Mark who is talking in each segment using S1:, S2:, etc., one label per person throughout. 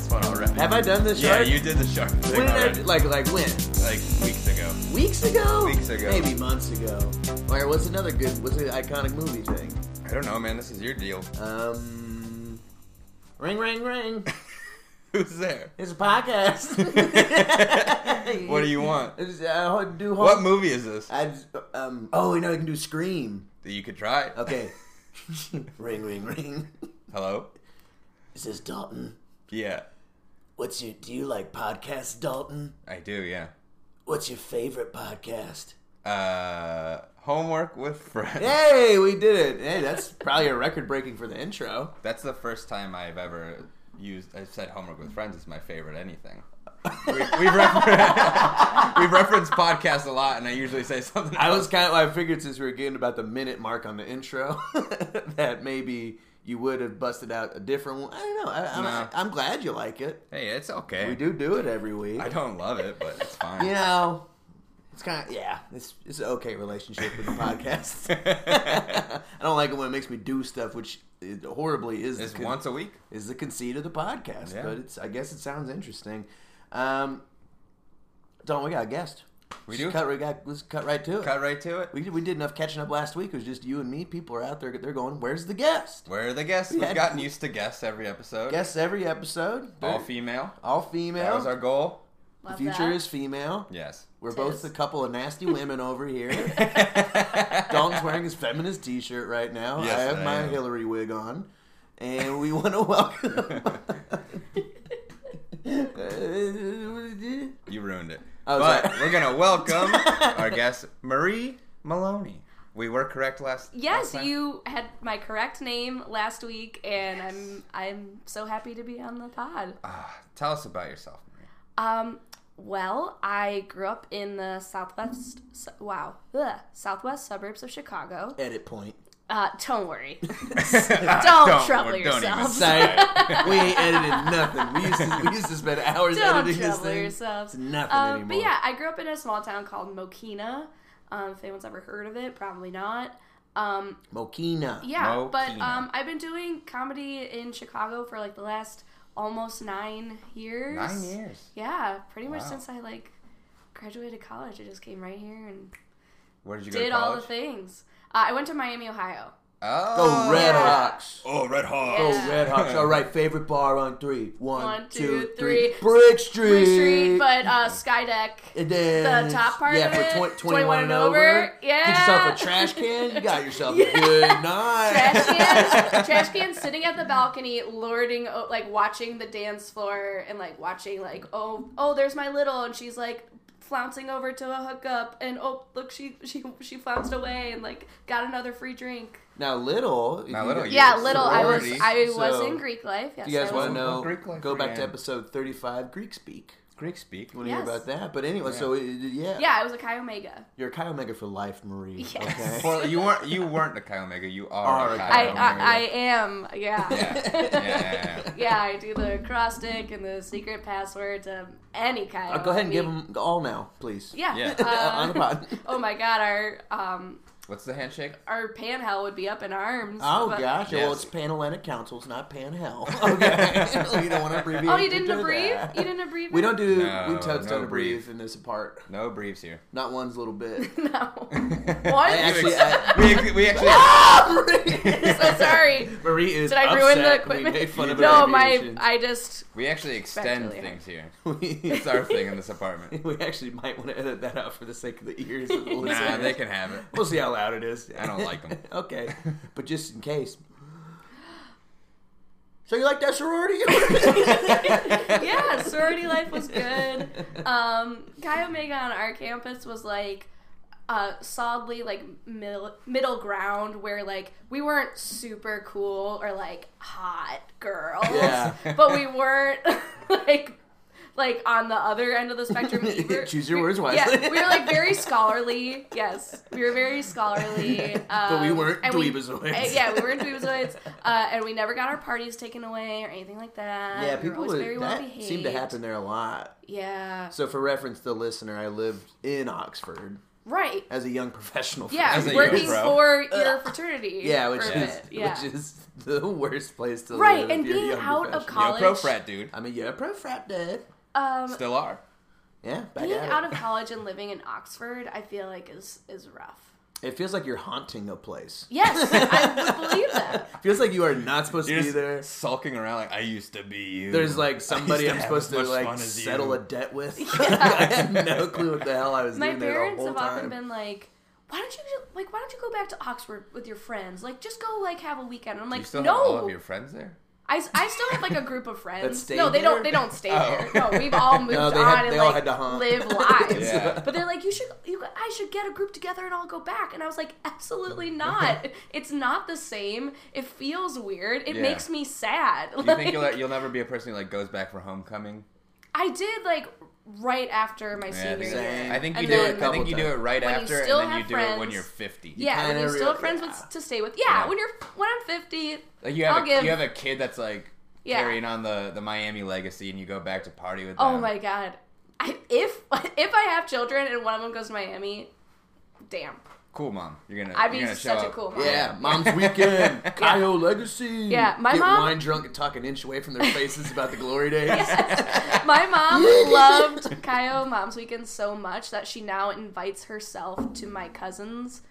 S1: Have I done this?
S2: Yeah,
S1: shark?
S2: you did the shark thing
S1: When did I
S2: already.
S1: do- like like when?
S2: like weeks ago.
S1: Weeks ago?
S2: Weeks ago.
S1: Maybe months ago. Or what's another good? What's an iconic movie thing?
S2: I don't know, man. This is your deal.
S1: Um, ring, ring, ring.
S2: Who's there?
S1: It's a podcast.
S2: What do you want?
S1: It's, uh, do home.
S2: What movie is this?
S1: I um. Oh, you know I can do Scream.
S2: You could try. it.
S1: Okay. ring, ring, ring.
S2: Hello.
S1: This is Dalton.
S2: Yeah,
S1: What's your? Do you like podcasts, Dalton?
S2: I do. Yeah.
S1: What's your favorite podcast?
S2: Uh, homework with friends.
S1: Hey, we did it. Hey, that's probably a record breaking for the intro.
S2: That's the first time I've ever used. I've said homework with friends is my favorite anything. we, we've, refer- we've referenced podcasts a lot, and I usually say something.
S1: I was kind of, I figured since we were getting about the minute mark on the intro, that maybe you would have busted out a different one. I don't know. I, I'm,
S2: No.
S1: I'm glad you like it.
S2: Hey, it's okay.
S1: We do do it every week.
S2: I don't love it, but it's fine.
S1: You know, it's kind of, yeah, it's, it's an okay relationship with the podcast. I don't like it when it makes me do stuff, which it horribly is the
S2: it's
S1: con-
S2: once a week.
S1: is the conceit of the podcast.
S2: Yeah.
S1: But it's I guess it sounds interesting. Um, Don, we got a guest.
S2: We
S1: Just
S2: do?
S1: Cut, we got, let's cut right to it.
S2: Cut right to it.
S1: We did, we did enough catching up last week. It was just you and me. People are out there. They're going, "Where's the guest?"
S2: Where are the guests?
S1: Yeah.
S2: We've gotten used to guests every episode.
S1: Guests every episode.
S2: All
S1: They're-
S2: female.
S1: all female.
S2: That was our goal.
S1: the
S3: Love
S1: future
S3: that.
S1: is female.
S2: Yes.
S1: We're both
S3: Tis.
S1: the couple of nasty women over here.
S2: Don't
S1: Dalton's wearing his feminist T-shirt right now.
S2: Yes,
S1: I have
S2: I
S1: my
S2: am.
S1: Hillary wig on, and we want to welcome. Uh,
S2: You ruined it.
S1: Oh,
S2: but
S1: sorry.
S2: we're gonna welcome our guest Marie Maloney. We were correct last. last
S3: Yes,
S2: time?
S3: you had my correct name last week, and I'm I'm so happy to be on the pod.
S2: Ah, tell us about yourself. Marie.
S3: Um, well, I grew up in the southwest. su- Wow, ugh, southwest suburbs of Chicago.
S1: Edit point.
S3: Uh, don't worry.
S2: Ah,
S3: Don't trouble
S2: don't
S3: yourself.
S2: even
S1: Sorry,
S2: say it.
S1: we ain't edited nothing. We used to, we used to spend hours
S3: don't
S1: editing this
S3: trouble
S1: thing.
S3: yourselves.
S1: It's nothing
S3: Um,
S1: anymore.
S3: but yeah, I grew up in a small town called Mokina. Um, if anyone's ever heard of it, probably not. Um,
S1: Mokina.
S3: Yeah,
S2: Mo
S3: but
S2: Keenan.
S3: um, I've been doing comedy in Chicago for like the last almost nine years.
S2: Nine years.
S3: Yeah, pretty much
S2: Wow.
S3: since I like graduated college. I just came right here and
S2: Where did you go?
S3: did
S2: to college?
S3: all the things. Uh, I went to Miami, Ohio.
S2: Oh,
S1: Go Red
S3: Yeah.
S1: Hawks.
S2: Oh, Red Hawk.
S1: Go
S3: Yeah.
S1: Red Hawks. All right, favorite bar on three. One,
S3: One,
S1: two,
S3: two,
S1: three.
S3: three.
S1: Brick Street.
S3: Blue Street, but uh, Skydeck.
S1: and then
S3: the top part
S1: Yeah,
S3: of
S1: for
S3: it,
S1: twen-
S3: 21
S1: 21 and
S3: and
S1: over.
S3: over,
S1: Get yourself
S3: yeah.
S1: a trash can. You got yourself a good night.
S3: Trash can, trash can sitting at the balcony, lording, o- like watching the dance floor and like watching, like, oh, oh, there's my little, and she's like flouncing over to a hookup, and oh, look, she she she flounced away and like got another free drink.
S1: Now, little. if
S2: Now,
S1: you
S2: Little,
S1: got-
S2: you
S3: Yeah,
S2: were
S3: little. I was
S2: sorority,
S3: I was
S1: so-
S3: in Greek life. Yes,
S1: If you guys
S3: I
S1: want
S3: was
S1: to
S3: in-
S1: know,
S2: Greek life
S1: go back to
S2: again.
S1: episode 35, Greek Speak.
S2: Greek speak.
S1: You want to
S3: Yes.
S1: hear about that? But anyway,
S2: Yeah.
S1: so uh, yeah.
S3: Yeah, I was a Chi Omega.
S1: You're a Chi Omega for life, Marie.
S3: Yes.
S1: Okay.
S2: Well, you weren't. You weren't a Chi Omega. You
S1: Are
S2: are.
S1: a
S2: a
S1: Chi
S3: I,
S2: Chi Omega.
S3: I I am. Yeah.
S2: Yeah. Yeah, yeah, yeah.
S3: Yeah, I do the cross stick and the secret password to any Chi.
S1: Uh, go ahead and give
S3: Omega.
S1: them all now, please.
S3: Yeah.
S2: Yeah.
S3: uh,
S1: on the pod.
S3: Oh my god, our um
S2: What's the handshake?
S3: our panhell would be up in arms.
S1: Oh
S3: but-
S1: gosh! Well,
S2: Yes.
S1: it's Panhellenic Councils, not Panhell. Okay, you don't want to abbreviate.
S3: Oh, you
S1: to
S3: didn't
S1: do
S3: abbreviate?
S1: that.
S3: You didn't abbreviate?
S1: We don't do. we
S2: No,
S1: totes
S2: no
S1: don't abbreviate
S2: brief.
S1: in this apart.
S2: No briefs here.
S1: Not one's little bit.
S3: No.
S2: I
S3: What?
S1: actually-
S2: we, we actually.
S1: Ah, Marie,
S3: so sorry.
S1: Marie is.
S3: Did I ruin the
S1: upset
S3: equipment?
S1: We made fun of
S3: no, my
S1: abbreviations.
S3: I just
S2: We actually extend
S3: Spectacular.
S2: things here.
S1: we,
S2: It's our thing in this apartment.
S1: we actually might want to edit that out for the sake of the ears. Of the
S2: Nah,
S1: listeners.
S2: they can have it.
S1: We'll see how loud it is.
S2: I don't like 'em.
S1: okay, but just in case. So you like that sorority?
S3: yeah, sorority life was good. Um, Chi Omega on our campus was like uh, solidly like middle middle ground where like we weren't super cool or like hot girls,
S1: Yeah.
S3: but we weren't like like on the other end of the spectrum. We were-
S1: Choose your
S3: we-
S1: words wisely.
S3: Yeah, we were like very scholarly. Yes, we were very scholarly. Um,
S1: But we weren't
S3: and we-
S1: dweebazoids.
S3: uh, yeah, we were in dweebazoids, uh, and we never got our parties taken away or anything like that.
S1: Yeah,
S3: we
S1: people
S3: were always
S1: would-
S3: very well
S1: that
S3: behaved.
S1: seemed to happen there a lot.
S3: Yeah.
S1: So for reference, to the listener, I lived in Oxford,
S3: Right.
S1: as a young professional.
S3: Yeah,
S2: As a
S3: working
S2: young bro.
S3: for your
S1: Ugh.
S3: fraternity.
S1: yeah, which
S3: for a
S1: is
S3: bit, yeah.
S1: which is the worst place to
S3: Right,
S1: live.
S3: and
S1: if you're a
S3: being
S1: young
S3: out of
S1: professional.
S2: Yo, pro
S3: College.
S2: frat dude.
S1: I mean, you're a pro frat dude.
S3: um,
S2: Still are.
S1: Yeah, back
S3: being
S1: at
S3: out
S1: it.
S3: of college and living in Oxford, I feel like is is rough.
S1: It feels like you're haunting a place.
S3: Yes, I would believe that.
S1: Feels like you are not supposed
S2: You're
S1: to be
S2: just
S1: there.
S2: sulking around like I used to be you.
S1: There's
S2: I
S1: like
S2: used
S1: somebody
S2: to
S1: I'm
S2: have
S1: supposed
S2: as
S1: to
S2: much
S1: like
S2: fun as you."
S1: settle a debt with.
S3: Yeah.
S1: I had no clue what the hell I was
S3: My
S1: doing there the
S3: parents
S1: whole
S3: have
S1: time.
S3: often been like, "Why don't you ju- like Why don't you go back to Oxford with your friends? Like, just go like have a weekend." I'm
S2: You
S3: like,
S2: still
S3: "No,
S2: have all of your friends there.
S3: I, I still have like a group of friends.
S1: stay
S3: no, they don't.
S1: there?
S3: They don't stay
S2: Oh.
S3: there. No, we've all moved
S1: No, they
S3: on
S1: had-
S3: and
S1: they all
S3: like
S1: had to hunt.
S3: live lives.
S2: Yeah.
S3: But they're like, you should. You, I should get a group together and all go back. And I was like, absolutely not. it's not the same. It feels weird. It
S2: Yeah.
S3: makes me sad.
S2: Do you
S3: Like,
S2: think you'll, you'll never be a person who like goes back for homecoming?
S3: I did like right after my
S2: Yeah, I
S3: senior
S2: think,
S1: Same.
S3: year.
S2: I think you
S3: And
S2: do
S3: then-
S2: it. I think you do it right
S3: When you
S2: after, and
S3: still
S2: then you
S3: have
S2: do it when
S3: friends.
S2: you're 50.
S3: Yeah, when
S1: kinda
S3: you're still
S1: real-
S3: friends
S1: yeah.
S3: with to stay with. Yeah,
S2: Yeah.
S3: when you're when I'm 50.
S2: Like you have
S3: I'll
S2: a,
S3: give-
S2: you have a kid that's like
S3: Yeah.
S2: carrying on the, the Miami legacy, and you go back to party with.
S3: Oh
S2: them.
S3: my god. I, if if I have children and one of them goes to Miami, damn.
S2: Cool mom, you're gonna.
S3: I'd be
S2: you're gonna
S3: such
S2: show
S3: a
S2: up.
S3: cool mom.
S1: Yeah, mom's weekend, Kyle Legacy.
S3: Yeah, my
S1: Get
S3: mom-
S1: wine drunk and talk an inch away from their faces about the glory days.
S3: My mom loved Kaio Mom's Weekend so much that she now invites herself to my cousins,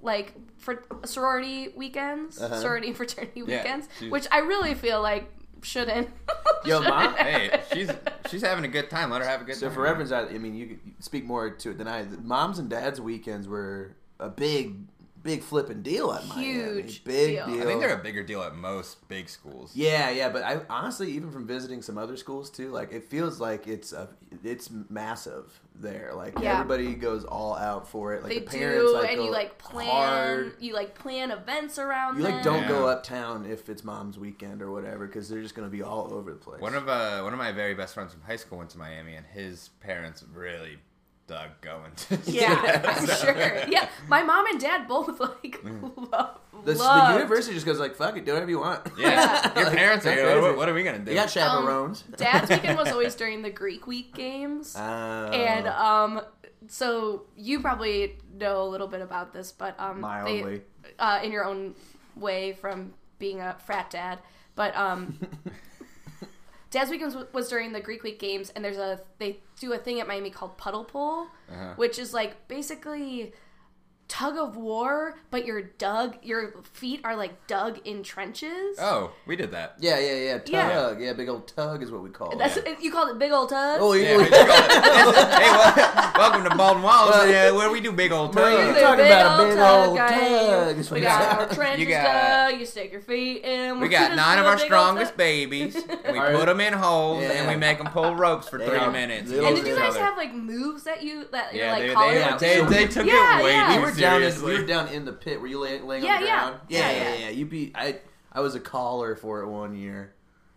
S3: like for sorority weekends,
S1: Uh-huh.
S3: sorority and fraternity
S2: Yeah,
S3: weekends,
S2: she's-
S3: which I really feel like shouldn't.
S1: Yo,
S3: shouldn't
S1: Mom?
S2: hey,
S3: happen.
S2: she's she's having a good time. Let her have a good
S1: So
S2: time.
S1: for reference, I, I mean, you could speak more to it than I. Moms and dads weekends were a big, big flipping deal at Miami.
S3: Huge
S1: big
S3: deal.
S1: deal.
S3: I
S2: I think they're a bigger deal at most big schools.
S1: Yeah, yeah, but I honestly, even from visiting some other schools too, like it feels like it's a it's massive there. Like
S3: Yeah.
S1: everybody goes all out for it. Like
S3: they
S1: the parents,
S3: do,
S1: like,
S3: and
S1: go
S3: you like plan,
S1: hard.
S3: you like plan events around.
S1: You like
S3: them.
S1: don't go
S2: Yeah.
S1: uptown if it's mom's weekend or whatever because they're just gonna be all over the place.
S2: One of uh, one of my very best friends from high school went to Miami, and his parents really dug going. To
S3: Yeah, I'm
S2: So-
S3: sure. Yeah, my mom and dad both like love.
S1: the, the
S3: loved-
S1: university just goes like, "Fuck it, do whatever you want."
S2: Yeah,
S1: Yeah.
S2: your parents are.
S1: That's
S2: here,
S1: crazy.
S2: What, what are we gonna do?
S1: They got
S3: Um,
S1: chaperones.
S3: Dad's weekend was always during the Greek week games.
S1: Uh,
S3: And um, so you probably know a little bit about this, but um, they-
S1: mildly,
S3: uh, in your own way from being a frat dad. But um, Dad's weekend was, was during the Greek Week games, and there's a they do a thing at Miami called puddle pool,
S2: Uh-huh.
S3: which is like basically tug of war, but you're dug, your feet are like dug in trenches.
S2: Oh, we did that.
S1: yeah, yeah, yeah. Tug,
S3: Yeah.
S1: yeah. big old tug is what we call
S3: That's
S1: it.
S3: you call it big old tug.
S1: Oh,
S2: Yeah,
S1: yeah.
S2: we did that. hey, well, welcome to Baldwin Wallace,
S1: Well,
S2: uh, where we do big old
S1: Well,
S3: You
S1: You're
S2: turns.
S3: say
S1: talking
S3: big
S1: about a
S3: old
S1: big
S3: tug,
S1: old
S3: I am.
S1: tug is
S3: We
S1: what
S3: got
S1: you
S3: our
S1: got.
S3: trenches
S2: You got-
S3: dug. You stick your feet in.
S2: We got
S3: just
S2: nine
S3: do
S2: of
S3: a
S2: our
S3: big old
S2: strongest
S3: tug.
S2: babies, and we
S1: All
S2: put
S1: right.
S2: them in holes,
S1: Yeah.
S2: and we make them pull ropes for
S1: They
S2: three
S1: are
S2: minutes.
S1: little
S3: And
S1: Those
S3: did you
S1: are
S3: guys
S1: other-
S3: have like moves that you that you're
S2: Yeah,
S3: like
S2: they-
S3: calling
S2: they-
S3: out?
S1: they-
S3: to?
S1: they
S2: took it
S3: yeah,
S2: way
S3: yeah.
S1: We were down. In,
S2: Seriously.
S1: we were down in the pit. Were you laying, laying
S3: Yeah,
S1: on the
S3: yeah.
S1: ground? Yeah,
S3: Yeah,
S1: yeah,
S3: yeah.
S1: yeah. You be. I I was a caller for it one year,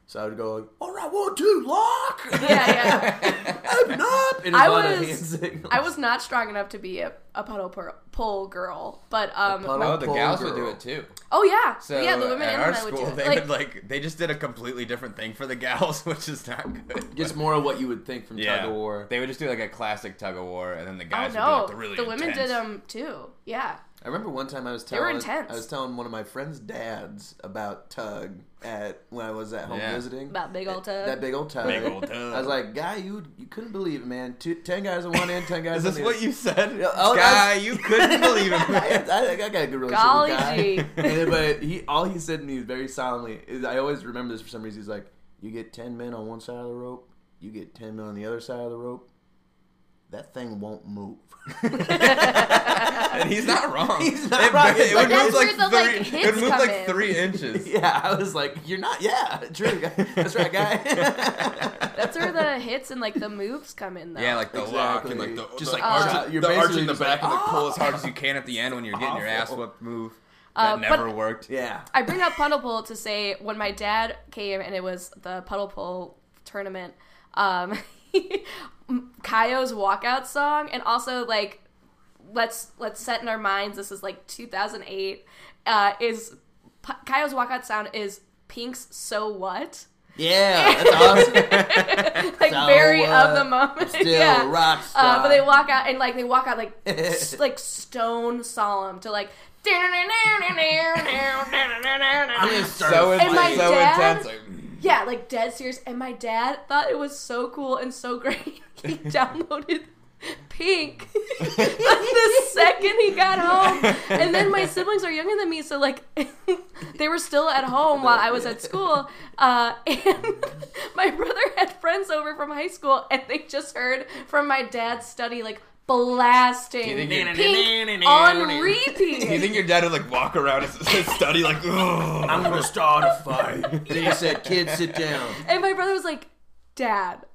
S1: so I would go, "All right, one, two, lock."
S3: Yeah,
S1: Open up. And
S3: I
S1: a lot of
S3: was-
S1: hand signals.
S3: I was not strong enough to be a, a puddle pur- pull girl, but um,
S1: puddle-
S3: my-
S2: Oh, the
S1: Pull
S2: gals would
S1: girl.
S2: do it too.
S3: oh yeah,
S2: So
S3: yeah, the women
S2: at
S3: and
S2: our
S3: men would
S2: school,
S3: do it.
S2: they
S3: Like,
S2: would like they just did a completely different thing for the gals, which is not good.
S1: just more of what you would think from
S2: yeah,
S1: tug of war.
S2: they would just do like a classic tug of war, and then the
S3: oh
S2: guys would do
S3: no,
S2: like the really
S3: the women did
S2: intense-
S3: them too. Yeah,
S1: I remember one time I was
S3: were
S1: telling
S3: intense.
S1: I was telling one of my friends' dads about Tug at when I was at home
S2: Yeah.
S1: visiting.
S3: about big old tub.
S1: that big old Tug.
S2: Big old tug.
S1: I was like, guy, you you couldn't believe it, man. Two, ten guys on one end, ten guys
S2: Is
S1: on
S2: this
S1: the
S2: what
S1: other.
S2: you said?
S1: oh,
S2: Guy,
S1: that's-
S2: you couldn't believe
S1: I,
S2: him.
S1: I, I got a good relationship
S3: Golly
S1: with Guy.
S3: gee.
S1: And, but he all he said to me very solemnly is I always remember this for some reason. He's like, You get ten men on one side of the rope, you get ten men on the other side of the rope, that thing won't move.
S2: and he's not wrong.
S1: He's not wrong. It's
S2: It
S1: like-
S2: would
S1: That's
S2: move
S3: where
S2: like
S3: the, like,
S2: three.
S3: hits
S2: it would move
S3: come
S2: like
S3: in.
S2: three inches.
S1: yeah, I was like, You're not yeah, true guy. That's right, guy.
S3: That's where the hits and like the moves come in though.
S2: Yeah, like the lock and like
S1: Exactly.
S2: the
S1: Just
S2: the
S1: like
S3: uh,
S2: arch,
S1: shot- you're
S2: the arch
S1: basically
S2: in the
S1: just
S2: back
S1: like,
S2: and the pull
S1: "Ah!"
S2: as hard as you can at the end when you're getting your ass
S1: Awful.
S2: whipped move.
S3: Uh,
S2: That
S3: but-
S2: never worked.
S1: yeah.
S3: I bring up puddle pool to say when my dad came and it was the puddle pool tournament, um, Kaio's walkout song and also like let's let's set in our minds this is like 2008 uh, is P- Kaio's walkout sound is Pink's so what
S1: Yeah, that's awesome.
S3: like
S1: So,
S3: very
S1: uh,
S3: of the moment.
S1: Still
S3: yeah.
S1: rock star.
S3: Uh, but they walk out and like they walk out like s- like stone solemn to like.
S1: I'm gonna start
S2: So,
S1: a
S2: in,
S3: And my
S1: fight.
S2: so
S3: dad-
S2: intense. Like,
S3: Yeah, like dead serious. And my dad thought it was so cool and so great. He downloaded Pink the second he got home. And then my siblings are younger than me, so like they were still at home while I was at school. Uh, and my brother had friends over from high school, and they just heard from my dad's study like
S2: Do you think
S3: blasting
S2: your-
S3: Pink on repeat.
S2: Do you think your dad would like walk around his, his study like, "Ugh."
S1: I'm gonna start a fight. Then he said, "Kids, sit down."
S3: And my brother was like, Dad,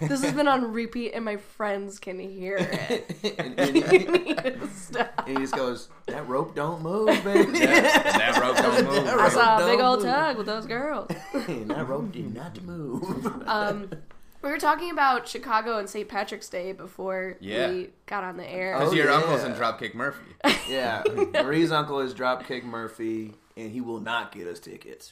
S3: this has been on repeat and my friends can hear it.
S1: and,
S3: You
S1: and,
S3: need to stop.
S1: and he just goes, "That rope don't move, baby.
S2: that rope don't move.
S1: That
S3: I
S1: rope
S3: saw a
S1: don't
S3: big old
S1: move.
S3: tug with those girls.
S1: And that rope did not move."
S3: Um, we were talking about Chicago and St. Patrick's Day before
S2: Yeah.
S3: we got on the air.
S1: Oh,
S2: Because your uncle's
S1: yeah.
S2: in Dropkick Murphy.
S1: yeah, Marie's uncle is Dropkick Murphy, and he will not get us tickets.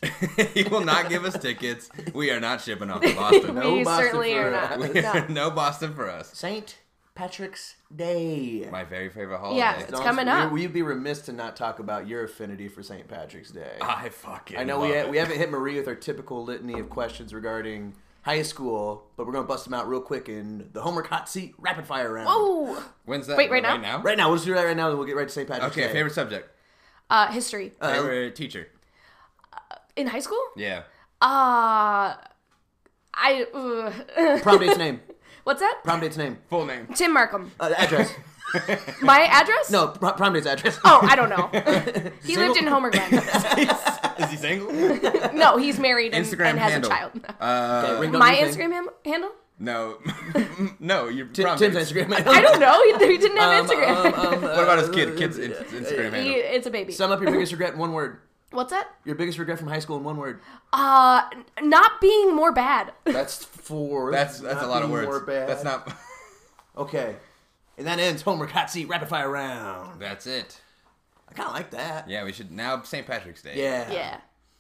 S2: he will not give us tickets. We are not shipping off to Boston.
S1: No
S3: we
S1: Boston
S3: certainly
S1: for
S3: are not.
S1: us.
S3: No.
S2: no Boston for us.
S1: Saint Patrick's Day.
S2: My very favorite holiday.
S3: Yeah, it's-
S1: Don't-
S3: coming up.
S1: we- We'd be remiss to not talk about your affinity for St. Patrick's Day.
S2: I fucking.
S1: I know we
S2: love
S1: ha-
S2: it.
S1: we haven't hit Marie with our typical litany of questions regarding high school, but we're gonna bust them out real quick in the homework hot seat rapid fire round.
S3: Oh,
S2: When's that?
S3: Wait, right now?
S2: now?
S1: Right now, we'll just do that right now, and we'll get right to St. Patrick's
S2: Okay,
S1: Day.
S2: favorite subject.
S3: uh, history.
S1: Uh,
S2: Favorite teacher.
S3: In high school?
S2: Yeah.
S3: Uh, I. Uh,
S1: prom date's name.
S3: what's that?
S1: Prom date's name.
S2: Full name.
S3: Tim Markham.
S1: Uh, address.
S3: My address?
S1: No, pr- prom date's address.
S3: Oh, I don't know. he
S1: Single-
S3: lived in Homer Glen.
S2: Is he single? Instagram
S3: No, he's married and, and has
S2: handle.
S3: a child. now.
S2: Uh,
S1: Okay, ring doorbell
S3: My
S1: thing.
S3: Instagram ham- handle?
S2: no, no. You're
S1: Ti- Tim's Instagram.
S3: I don't know. He, he didn't
S2: Um,
S3: have Instagram.
S2: What about his kid? Kid's in- Instagram
S3: He-
S2: handle.
S3: it's a baby.
S1: Sum up your biggest regret in one word.
S3: What's that?
S1: Your biggest regret from high school in one word.
S3: Uh, n- not being more bad.
S1: That's four.
S2: That's that's a
S1: Not
S2: lot of
S1: being
S2: words.
S1: more bad.
S2: That's not.
S1: Okay. And that ends homework hot seat rapid fire round.
S2: That's it.
S1: I kind of like that.
S2: Yeah, we should now St. Patrick's Day.
S1: Yeah.
S3: Yeah.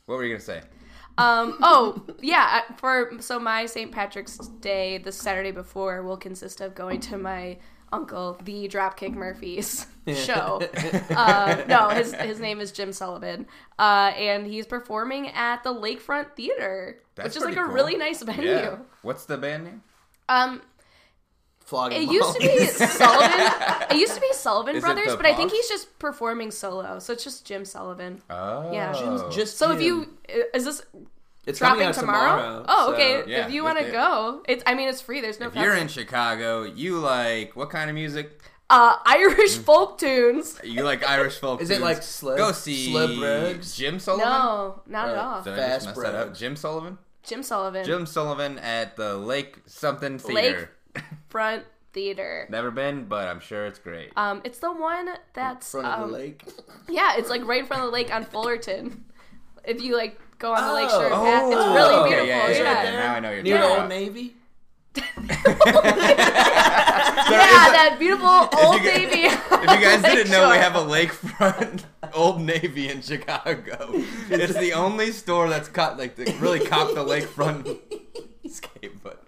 S2: What were you gonna say?
S3: Um. Oh, yeah. I- For so my St. Patrick's Day, the Saturday before, will consist of going to my uncle, the Dropkick Murphys show. uh, no, his his name is Jim Sullivan, uh, and he's performing at the Lakefront Theater,
S2: That's
S3: which is like
S2: pretty
S3: a
S2: cool.
S3: really nice venue.
S2: Yeah. What's the band name?
S3: Um,
S1: Flogging.
S3: It used to be Sullivan. It used to be Sullivan
S2: Is it
S3: Brothers,
S2: the
S3: but I think
S2: boss?
S3: he's just performing solo. So it's just Jim Sullivan.
S2: Oh.
S3: Yeah. She was
S1: Just
S3: so if
S1: him.
S3: you uh, is this
S1: it's coming
S3: dropping
S1: out
S3: tomorrow?
S1: tomorrow.
S3: Oh,
S1: so-
S3: okay.
S2: yeah,
S3: if you
S2: just
S3: want to
S2: it.
S3: go, it's I mean it's free. There's no.
S2: If you're in
S3: cost.
S2: Chicago, you like what kind of music?
S3: uh, Irish folk tunes.
S2: You like Irish folk.
S1: Is it
S2: tunes.
S1: like slab-
S2: Go see
S1: slab rags?
S2: Jim Sullivan.
S3: No, not at
S2: Or-
S3: all.
S2: Did I
S1: Fast
S2: just mess that up?
S1: bread.
S2: Jim Sullivan.
S3: Jim Sullivan.
S2: Jim Sullivan at the Lake something
S3: Lake
S2: theater.
S3: Front Theater.
S2: Never been, but I'm sure it's great.
S3: Um, it's the one
S1: In
S3: that's
S1: front of
S3: um,
S1: the lake.
S3: yeah, it's like right in front of the lake on Fullerton. If you like go on the
S1: Oh.
S3: lakeshore
S1: Oh.
S3: path, it's really
S1: Okay,
S3: beautiful.
S2: yeah, yeah, yeah.
S3: yeah.
S2: Now I know you're
S1: Near
S2: talking
S1: the
S2: about.
S1: Old Navy.
S3: yeah, that beautiful old
S2: you guys-
S3: navy.
S2: If you guys didn't know, we have a lakefront Old Navy in Chicago. It's the only store that's caught like the, really caught the lakefront scape, but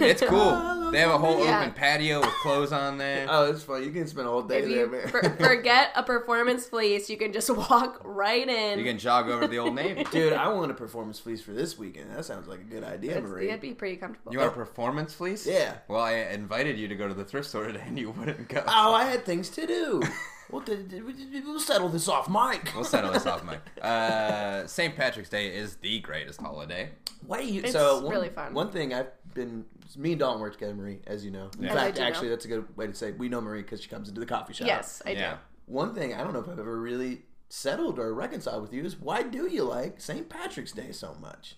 S2: it's cool. They have a whole
S3: Yeah.
S2: open patio with clothes on there.
S1: Oh, it's fun. You can spend a whole day
S3: If
S1: there,
S3: you
S1: man.
S3: for- forget a performance fleece, you can just walk right in.
S2: You can jog over to the Old Navy.
S1: Dude, I want a performance fleece for this weekend. That sounds like a good idea,
S3: It's-
S1: Marie.
S3: It'd be pretty comfortable. Oh,
S2: You want a performance fleece?
S1: Yeah.
S2: Well, I invited you to go to the thrift store today, and you wouldn't go.
S1: Oh, I had things to do. we'll, d- d- d- we'll settle this off, Mike.
S2: We'll settle this off, Mike. Uh, St. Patrick's Day is the greatest holiday.
S1: Why do you?
S3: It's
S1: so one,
S3: really fun.
S1: One thing I've been, me and Dawn work together, Marie, as you know. In
S3: As I
S1: fact,
S3: do know.
S1: actually, that's a good way to say we know Marie because she comes into the coffee shop.
S3: yes, I
S2: yeah.
S3: do.
S1: One thing I don't know if I've ever really settled or reconciled with you is why do you like St. Patrick's Day so much?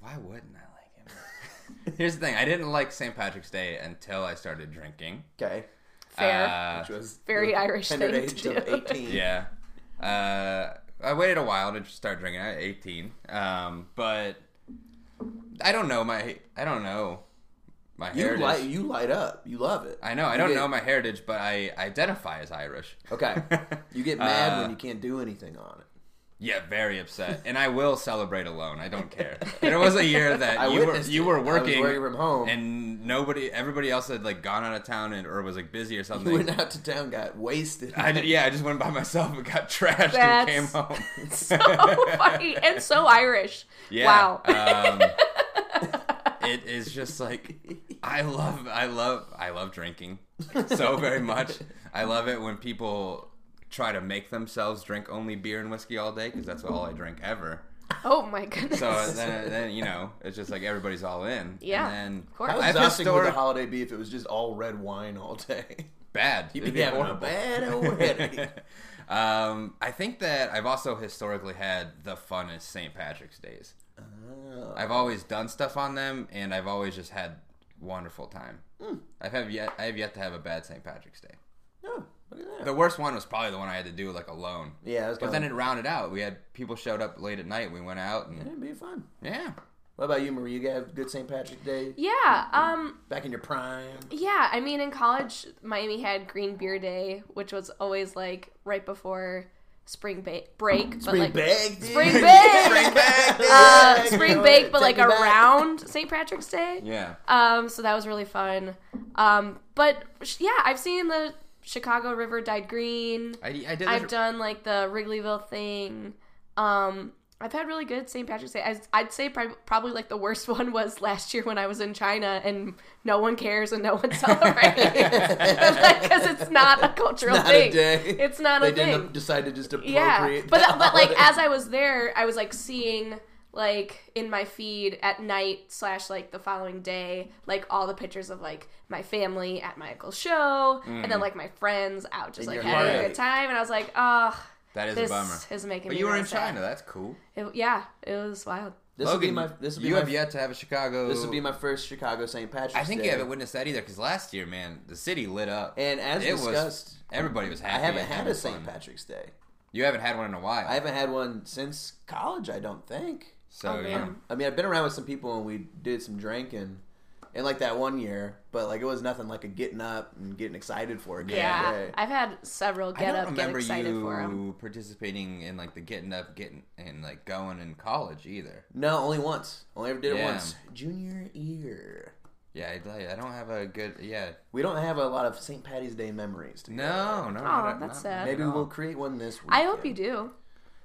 S2: Why wouldn't I like him? Here's the thing: I didn't like St. Patrick's Day until I started drinking.
S1: Okay,
S3: Fair.
S2: Uh,
S1: which was
S3: very
S1: the
S3: Irish
S1: tender
S3: thing
S1: age
S3: to
S1: of
S3: do.
S1: eighteen.
S2: yeah. Uh, I waited a while to start drinking. I was 18, um, but I don't know my I don't know my
S1: You
S2: heritage.
S1: light, you light up. You love it.
S2: I know I
S1: You
S2: don't
S1: get-
S2: know my heritage, but I identify as Irish.
S1: Okay, you get mad
S2: Uh,
S1: when you can't do anything on it.
S2: Yeah, very upset. And I will celebrate alone. I don't care. There was a year that
S1: I
S2: you were
S1: witnessed
S2: you
S1: it.
S2: were
S1: I
S2: working,
S1: was working from home.
S2: and nobody, everybody else had like gone out of town and or was like busy or
S1: You went
S2: something.
S1: out to town, got wasted.
S2: I did, yeah, I just went by myself and got trashed and
S3: That's
S2: came home.
S3: So funny and so Irish.
S2: Yeah.
S3: Wow.
S2: Um, it is just like I love, I love, I love drinking so very much. I love it when people try to make themselves drink only beer and whiskey all day because that's all I drink ever.
S3: Oh my goodness.
S2: So then, then you know, it's just like everybody's all in.
S3: Yeah,
S2: And then
S3: of course.
S1: How
S2: I've
S1: exhausting would the
S2: historic-
S1: holiday be if it was just all red wine all day?
S2: bad.
S1: You'd be
S2: It'd
S1: having a
S2: horrible.
S1: bad old headache.
S2: um, I think that I've also historically had the funnest St. Patrick's days.
S1: Oh.
S2: I've always done stuff on them, and I've always just had wonderful time. I've have yet I have yet to have a bad St. Patrick's Day.
S1: No, look at that.
S2: The worst one was probably the one I had to do like alone.
S1: Yeah, that's
S2: But
S1: kind
S2: then
S1: of,
S2: it rounded out. We had people showed up late at night. We went out and
S1: it'd be fun.
S2: yeah,
S1: What about you, Marie? You got a good St. Patrick's Day
S3: yeah. Um.
S1: back in your prime.
S3: Yeah. I mean, in college, Miami had Green Beer Day, which was always like right before spring ba- break. But,
S1: Spring
S3: like,
S1: bag, dude.
S3: Spring bake.
S1: Spring bag, dude.
S3: Uh, spring bake, but
S1: Take
S3: like
S1: me back.
S3: around St. Patrick's Day.
S2: yeah.
S3: Um, so that was really fun. Um, but sh- yeah, I've seen the Chicago River dyed green.
S2: I, I did. This,
S3: I've done like the Wrigleyville thing. Um, I've had really good St. Patrick's Day. I, I'd say prob- probably like the worst one was last year when I was in China and no one cares and no one celebrates because it's not a cultural
S1: Not
S3: thing.
S1: a day.
S3: It's not
S1: they
S3: a thing.
S1: didn't decide to just appropriate.
S3: Yeah, but
S1: the
S3: but
S1: holiday.
S3: like as I was there, I was like seeing like in my feed at night slash like the following day, like all the pictures of like my family at my uncle's show, and
S2: Mm.
S3: then like my friends out just
S1: And
S3: like
S1: you're
S3: having a
S1: like-
S3: good time, and I was like, oh,
S2: that is
S3: this
S2: a bummer.
S3: is making.
S2: But
S3: me
S2: you were
S3: real
S2: in
S3: sad.
S2: China. That's cool.
S3: It- yeah, it was wild.
S1: this
S2: Logan,
S1: will be my this will be
S2: you
S1: my
S2: have yet to have a Chicago.
S1: this will be my first Chicago St. Patrick's.
S2: I think
S1: Day.
S2: you haven't witnessed that either because last year, man, the city lit up.
S1: And as
S2: It was-
S1: discussed,
S2: Everybody was
S1: I
S2: happy.
S1: haven't
S2: and
S1: had
S2: having
S1: a St.
S2: fun.
S1: Patrick's Day.
S2: You haven't had one in a while.
S1: I haven't had one since college. I don't think.
S2: so
S3: Oh,
S2: yeah.
S3: man.
S1: I mean, I've been around with some people and we did some drinking, and like that one year, but like it was nothing like a getting up and getting excited for a good
S3: Yeah,
S1: day.
S3: I've had several
S2: I
S3: get
S2: don't
S3: up, get
S2: remember
S3: excited for 'em.
S2: you participating in like the getting up, getting and like going in college either.
S1: No, only once. Only ever did it
S2: Yeah.
S1: once. Junior year.
S2: Yeah, I, like, I don't have a good. Yeah,
S1: We don't have a lot of St. Patty's Day memories. To
S2: no, no. not-
S3: that's
S2: not-
S3: sad.
S1: Maybe
S2: no.
S1: we'll create one this week.
S3: I hope you do.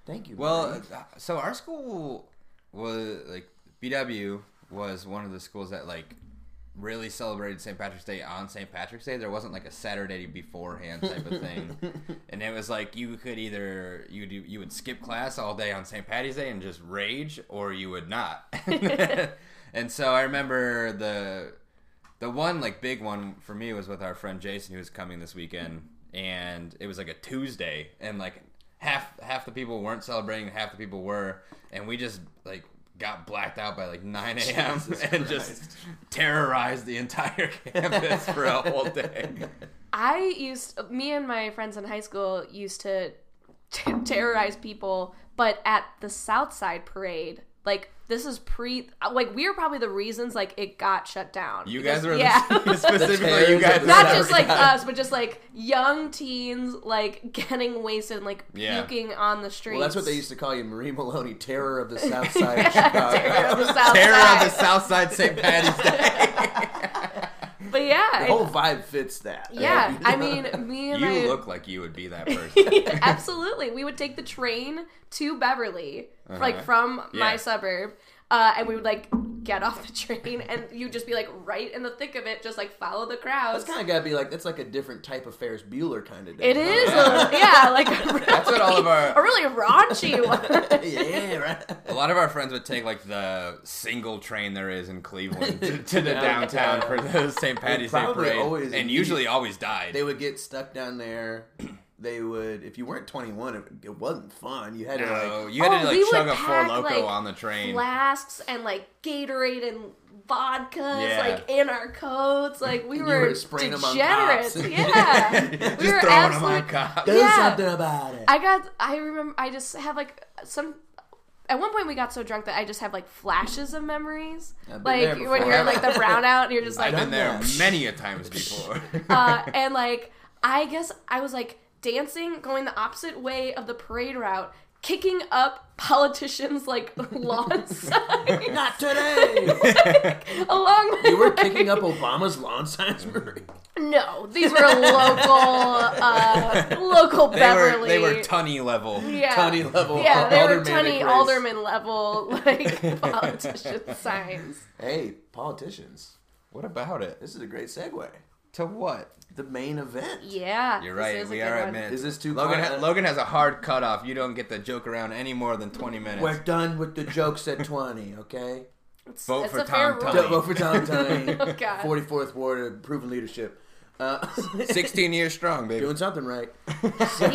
S1: Thank you.
S2: Well,
S1: Marie.
S2: uh, so our school was like BW was one of the schools that like really celebrated St. Patrick's Day on St. Patrick's Day. There wasn't like a Saturday beforehand type of thing, and it was like you could either you do you would skip class all day on St. Patty's Day and just rage, or you would not. and so I remember the the one like big one for me was with our friend Jason who was coming this weekend and it was like a Tuesday and like half half the people weren't celebrating half the people were and we just like got blacked out by like 9 a.m
S1: Jesus
S2: and just terrorized the entire campus for a whole day
S3: I used me and my friends in high school used to t- terrorize people, but at the South Side parade, like this is pre like we were probably the reasons like it got shut down.
S2: you
S3: Because-
S2: guys were
S3: yeah.
S2: the, specifically you
S1: terrors
S2: guys
S1: of the
S3: Not
S2: were-
S3: just like us, but just like young teens like getting wasted and like
S2: Yeah.
S3: puking on the streets.
S1: well, that's what they used to call you, Marie Maloney, Terror of the South Side of Chicago.
S3: terror of the South
S2: terror
S3: Side.
S2: of the south side st patty's day
S3: But yeah,
S1: The
S3: I-
S1: whole vibe fits that.
S3: yeah.
S1: Like,
S3: I mean, me and my
S2: you look like you would be that person
S3: Absolutely. We would take the train to Beverly, like
S2: Uh-huh.
S3: from my
S2: Yeah.
S3: suburb, uh, and we would like get off the train, and you'd just be like right in the thick of it, just like follow the crowds.
S1: that's kind of got to be like that's like a different type of Ferris Bueller kind of day.
S3: it is, a, yeah, like a really,
S2: Uh-huh. that's what all of our
S3: a really raunchy one.
S1: yeah, right.
S2: A lot of our friends would take like the single train there is in Cleveland to, to the
S1: Downtown.
S2: downtown for the St. Patty's Day
S1: probably
S2: parade,
S1: always
S2: and
S1: immediate-
S2: usually always died.
S1: They would get stuck down there. They would, if you weren't 21, it, it wasn't fun. You had to
S2: so
S1: like,
S2: you had
S3: Oh,
S2: to
S3: we
S2: like
S3: would
S2: chug a four
S3: pack,
S2: loco
S3: like,
S2: on the train.
S3: Flasks and like Gatorade and vodkas,
S2: Yeah.
S3: like in our coats, like we
S1: You
S3: were
S1: were spraying 'em on
S3: degenerates.
S1: cops.
S3: Yeah,
S2: Just
S3: we were
S2: throwing them on
S3: absolute-
S2: cops.
S1: do
S3: Yeah.
S1: something about it.
S3: I got. I remember. I just have like some. At one point, we got so drunk that I just have like flashes of memories,
S1: I've been there
S3: like
S1: before.
S3: when you're in, like the brownout and you're just
S2: I've
S3: like,
S2: been there
S1: that.
S2: many a times before.
S3: uh, and like I guess I was like dancing, going the opposite way of the parade route, kicking up politicians like lawn signs
S1: Not today.
S3: along the
S1: you were
S3: way.
S1: kicking up Obama's lawn signs, Marie.
S3: No, these were local, uh, local
S2: They were
S3: Beverly.
S2: they were tunny level.
S3: yeah.
S1: Tony level.
S3: Yeah, they were
S1: aldermanic
S3: tiny
S1: race.
S3: alderman level like politician signs.
S1: Hey, politicians.
S2: What about it?
S1: This is a great segue.
S2: To what?
S1: The main event.
S3: Yeah,
S2: You're
S3: this
S2: right.
S3: is a
S2: We
S3: good
S2: are at
S3: one.
S2: minute.
S1: Is this too
S2: Logan?
S1: quiet?
S2: Ha- Logan has a hard cutoff. You don't get to joke around any more than 20 minutes.
S1: We're done with the jokes at 20, okay?
S3: It's,
S2: Vote
S3: it's
S2: for
S3: a fair
S2: Tom
S3: rule.
S2: Tony.
S1: Vote for Tom Tony.
S3: Oh, God.
S1: 44th Ward, proven leadership. Uh,
S2: 16 years strong, baby.
S1: doing something right.
S3: He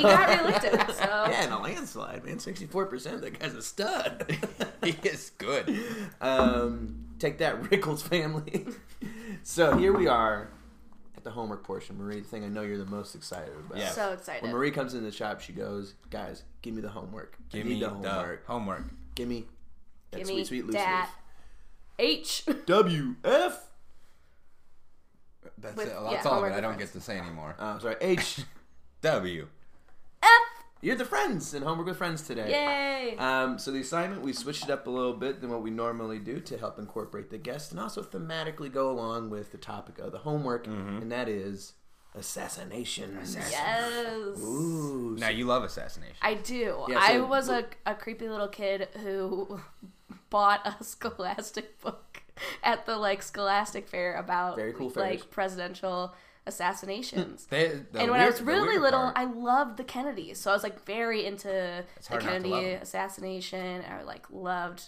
S3: got reelected, so
S1: Yeah, in a landslide, man. 64%. That guy's a stud.
S2: he is good.
S1: um, take that, Rickles family. so here we are at the homework portion, Marie, the thing I know you're the most excited about.
S2: Yes.
S3: so excited.
S1: When Marie comes in the shop, she goes, Guys, give me the homework. I
S2: Give
S1: need
S2: me the homework.
S1: Give me that
S3: Give me
S1: sweet, sweet loose
S3: that
S1: leaf.
S3: H.
S1: WF.
S2: That's
S3: With-
S2: it.
S3: yeah,
S2: That's all of
S3: homework
S2: it. I
S3: with
S2: don't
S3: friends.
S2: get to say anymore.
S1: Oh, sorry. H.
S2: W.
S3: F.
S1: You're the friends and homework with friends today.
S3: Yay.
S1: Um, so the assignment we switched it up a little bit than what we normally do to help incorporate the guest and also thematically go along with the topic of the homework, and that is assassination.
S3: Yes.
S1: Ooh,
S2: Now you love assassination.
S3: I do.
S1: Yeah,
S3: I
S1: so-
S3: was a, a creepy little kid who bought a Scholastic book at the like Scholastic fair about
S1: Very cool fairs.
S3: like presidential assassinations.
S2: They, the
S3: and when I
S2: weird-
S3: was
S2: the
S3: really
S2: weird
S3: little,
S2: part-
S3: I loved the Kennedys, so I was like very into the
S2: hard not to love
S3: Kennedy
S2: 'em.
S3: assassination. I like loved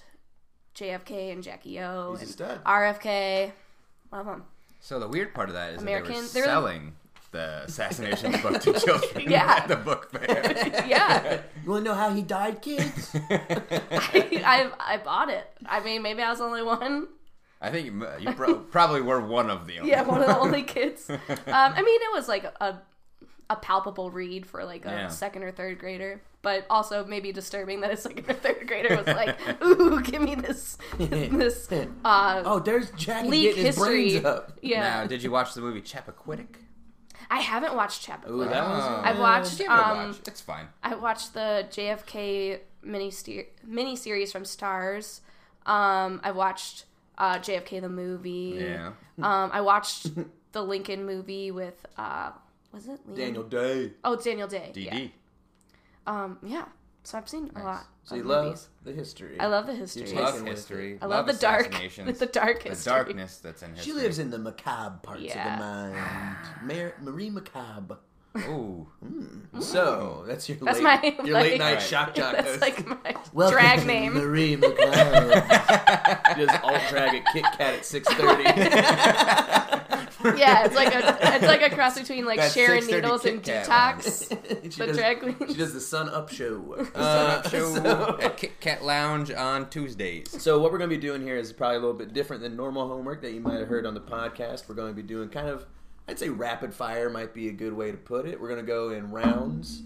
S3: JFK and Jackie O
S1: He's a
S3: and
S1: stud.
S3: RFK. Love them.
S2: so the weird part of that is that they were
S3: American- they're-
S2: selling the assassination book to children
S3: Yeah.
S2: at the book fair.
S3: yeah,
S1: you want to know how he died, kids?
S3: I, I I bought it. I mean, maybe I was the only one.
S2: I think you, you pro- probably were one of the only.
S3: Yeah, one of the only kids. Um, I mean, it was like a a palpable read for like a
S2: Yeah.
S3: second or third grader, but also maybe disturbing that a second or third grader was like, "Ooh, give me this this uh,
S1: oh, there's Jackie
S3: leak
S1: getting his
S3: history."
S1: brains up.
S3: Yeah,
S2: Now, did you watch the movie Chappaquiddick?
S3: I haven't watched
S1: Ooh,
S3: Chappaquiddick.
S1: that one's
S2: Oh.
S3: I've watched.
S2: Give it a
S3: Um,
S2: watch. It's fine.
S3: I watched the JFK mini mini series from Stars. Um, I watched uh, JFK the movie.
S2: Yeah.
S3: Um, I watched the Lincoln movie with uh, was it Liam?
S1: Daniel Day.
S3: Oh, it's Daniel Day.
S2: DD.
S3: Yeah. Um, yeah. So I've seen a lot.
S1: So
S3: of
S1: you love
S3: movies.
S1: the history.
S3: I love the history.
S1: taking
S2: Love
S1: with
S2: history.
S3: I love, the dark.
S2: assassinations.
S3: The dark
S2: The
S3: history.
S2: darkness that's in
S1: She
S2: history.
S1: lives in the macabre parts
S3: Yeah.
S1: of the mind. Mar- Marie Macabre.
S2: Ooh.
S1: So that's your
S3: Mm. That's
S1: late,
S3: my
S1: your
S3: like-
S1: late night
S2: Right.
S1: shock jock.
S3: That's
S1: host.
S3: like my
S1: Welcome
S3: drag
S1: to
S3: name.
S1: Marie McLeod. Just alt drag at Kit Kat at six thirty.
S3: Yeah, it's like a it's like a cross between like
S2: That's
S3: Sharon
S2: 6:30
S3: Needles and
S2: Kit Kat
S3: Detox,
S1: she,
S3: the
S1: does,
S3: drag queen.
S1: she does the Sun Up show.
S2: Uh,
S1: Uh,
S2: show
S1: so-
S2: at Kit Kat Lounge on Tuesdays.
S1: So what we're going to be doing here is probably a little bit different than normal homework that you might have heard on the podcast. We're going to be doing kind of, I'd say rapid fire might be a good way to put it. We're going to go in rounds.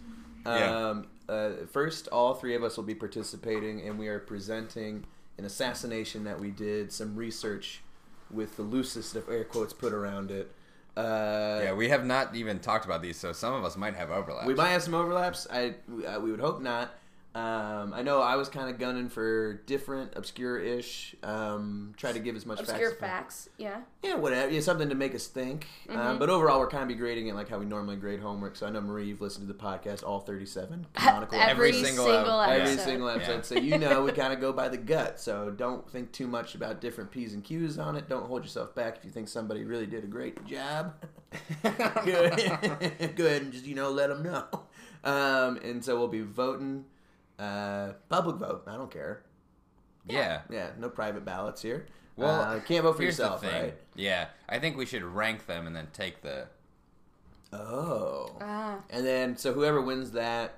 S2: Yeah.
S1: Um, uh, first, all three of us will be participating, and we are presenting an assassination that we did, some research with the loosest of air quotes put around it. Uh,
S2: Yeah, we have not even talked about these, so some of us might have overlap.
S1: we might have some overlaps. I we- uh, we would hope not. Um, I know I was kind of gunning for different, obscure-ish. Um, try to give as much
S3: Obscure
S1: facts. as possible.
S3: facts. Yeah.
S1: Yeah, whatever. Yeah, something to make us think. Um, but overall, we're kind of be grading it like how we normally grade homework. So I know Marie, you've listened to the podcast, all thirty-seven, canonical,
S3: Every,
S2: Every
S1: episodes.
S2: single
S3: single,
S1: every
S3: episode.
S2: episode.
S1: single episode.
S2: Yeah.
S1: So you know we kind of go by the gut. So don't think too much about different p's and q's on it. Don't hold yourself back if you think somebody really did a great job. Good, good, and just you know let them know. Um, and so we'll be voting, uh, public vote. I don't care.
S2: yeah.
S1: Yeah, no private ballots here.
S2: Well,
S1: uh, can't vote for
S2: Here's
S1: yourself,
S2: the thing.
S1: right?
S2: Yeah, I think we should rank them and then take the.
S1: Oh.
S3: Ah,
S1: And then, so whoever wins that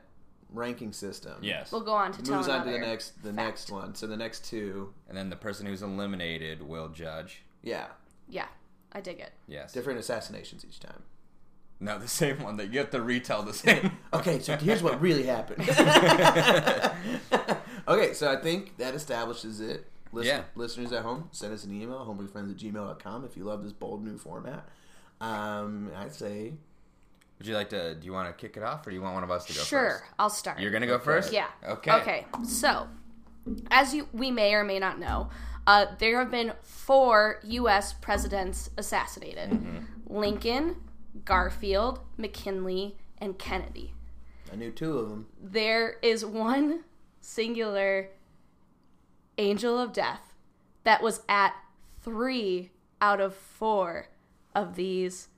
S1: ranking system,
S2: Yes.
S3: we'll go on to tell
S1: moves on to the
S3: another.
S1: next the next one. So the next two,
S2: And then the person who's eliminated will judge.
S1: yeah,
S3: Yeah, I dig it.
S2: Yes.
S1: different assassinations each time.
S2: No, the same one. That you have to retell the same.
S1: Okay, so here's what really happened. okay, so I think that establishes it. Listen,
S2: Yeah.
S1: Listeners at home, send us an email, homebrew friends at gmail.com if you love this bold new format. Um, I'd say
S2: Would you like to? Do you want to kick it off, or do you want one of us to go
S3: sure,
S2: first?
S3: I'll start.
S2: You're gonna go first.
S3: Yeah.
S2: Okay.
S3: Okay. So, as you we may or may not know, uh, there have been four U.S. presidents assassinated: Lincoln, Garfield, McKinley, and Kennedy.
S1: I knew two of them.
S3: There is one singular angel of death that was at three out of four of these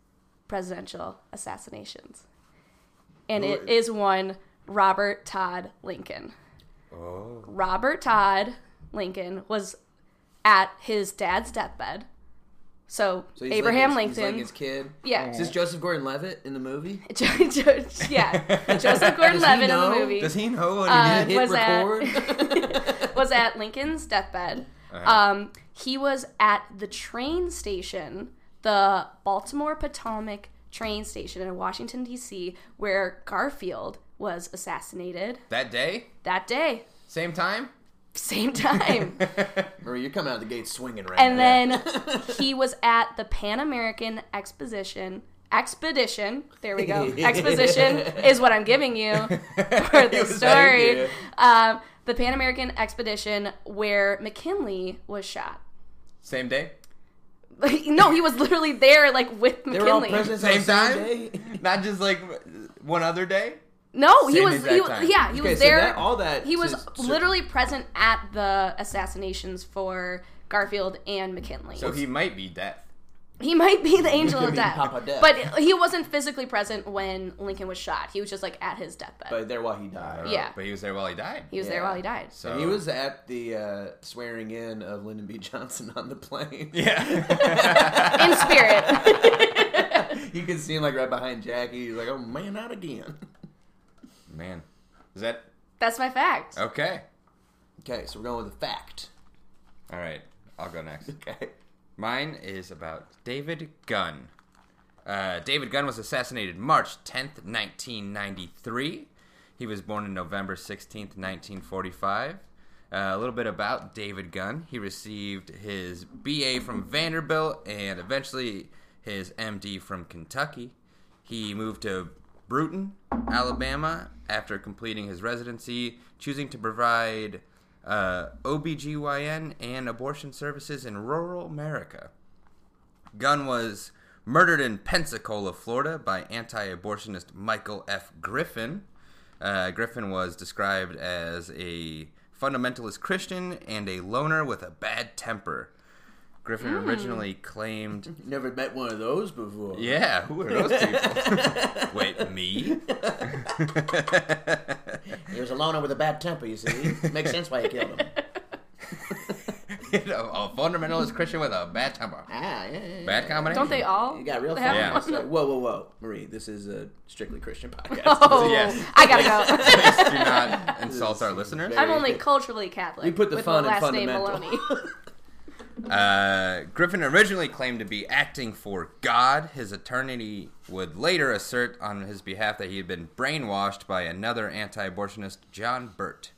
S3: presidential assassinations, and it is one Robert Todd Lincoln.
S2: Oh.
S3: Robert Todd Lincoln was at his dad's deathbed. So,
S1: So he's
S3: Abraham
S1: Lincoln's- he's Oh.
S3: Lincoln.
S1: Lincoln's kid.
S3: yeah.
S1: Is this Joseph Gordon-Levitt in the movie?
S3: Jo- jo- yeah. Joseph Gordon-Levitt in the
S1: know?
S3: movie
S2: Does he know what he
S3: Uh,
S2: did?
S1: Hit
S3: was that-
S1: record.
S3: was at Lincoln's deathbed.
S2: Uh-huh.
S3: Um, he was at the train station, the Baltimore Potomac train station in Washington D.C., where Garfield was assassinated
S2: That day,
S3: that day,
S2: same time.
S3: same time.
S1: Marie, you're coming out the gate swinging right
S3: and
S1: now.
S3: then he was at the Pan American Exposition. Expedition, there we go. Exposition is what I'm giving you for
S2: He
S3: the
S2: was-
S3: story.
S1: you.
S3: Um, the Pan American Expedition, where McKinley was shot.
S2: Same day.
S3: Like, no, he was literally there, like with
S1: they were all
S3: McKinley.
S1: presidents
S2: Same
S1: on the
S2: time.
S1: same day.
S2: Not just like one other day.
S3: no, he
S2: Same
S3: was.
S2: exact
S3: He, was-
S2: time.
S3: yeah, he
S1: Okay,
S3: was
S1: so
S3: there.
S1: that- all that
S3: he was
S1: to- to-
S3: literally present at the assassinations for Garfield and McKinley.
S2: So he might be death.
S3: He might be the angel
S1: You
S3: of
S1: mean
S3: death,
S1: Papa Death.
S3: but he wasn't physically present when Lincoln was shot. He was just like at his deathbed.
S1: But there while he died.
S3: Yeah.
S2: But he was there while he died.
S3: he was there
S1: yeah.
S3: while he died.
S2: So
S1: And he was at the uh, swearing in of Lyndon B. Johnson on the plane.
S2: Yeah.
S3: In spirit.
S1: you could see him like right behind Jackie. He's like, "Oh man, not again."
S2: Man, is that
S3: That's my fact.
S2: okay?
S1: Okay, so we're going with a fact.
S2: All right, I'll go next.
S1: Okay.
S2: Mine is about David Gunn. Uh, David Gunn was assassinated March 10th, 1993. He was born on November 16th, 1945. Uh, a little bit about David Gunn. He received his BA from Vanderbilt and eventually his MD from Kentucky. He moved to Bruton, Alabama, after completing his residency, choosing to provide uh, OBGYN and abortion services in rural America. Gunn was murdered in Pensacola, Florida, by anti abortionist Michael F. Griffin. Uh, Griffin was described as a fundamentalist Christian and a loner with a bad temper. Griffin originally claimed
S1: Never met one of those before.
S2: yeah, who are those people? Wait, me?
S1: He was a loner with a bad temper. You see, makes sense why you killed him.
S2: you know, a fundamentalist Christian with a bad temper.
S1: Ah, yeah, yeah, yeah.
S2: Bad combination.
S3: Don't they all?
S1: You got real
S3: They
S1: fun.
S3: have
S2: Yeah.
S3: one?
S1: It's like, whoa, whoa, whoa, Marie. This is a strictly Christian podcast.
S3: Oh,
S2: Yes.
S3: I gotta go.
S2: Please do not insult our listeners.
S3: I'm only culturally Catholic.
S1: You put the
S3: with
S1: fun
S3: the
S1: in
S3: last
S1: fundamental.
S3: name Maloney.
S2: Uh, Griffin originally claimed to be acting for God. His attorney would later assert on his behalf that he had been brainwashed by another anti abortionist, John Burt.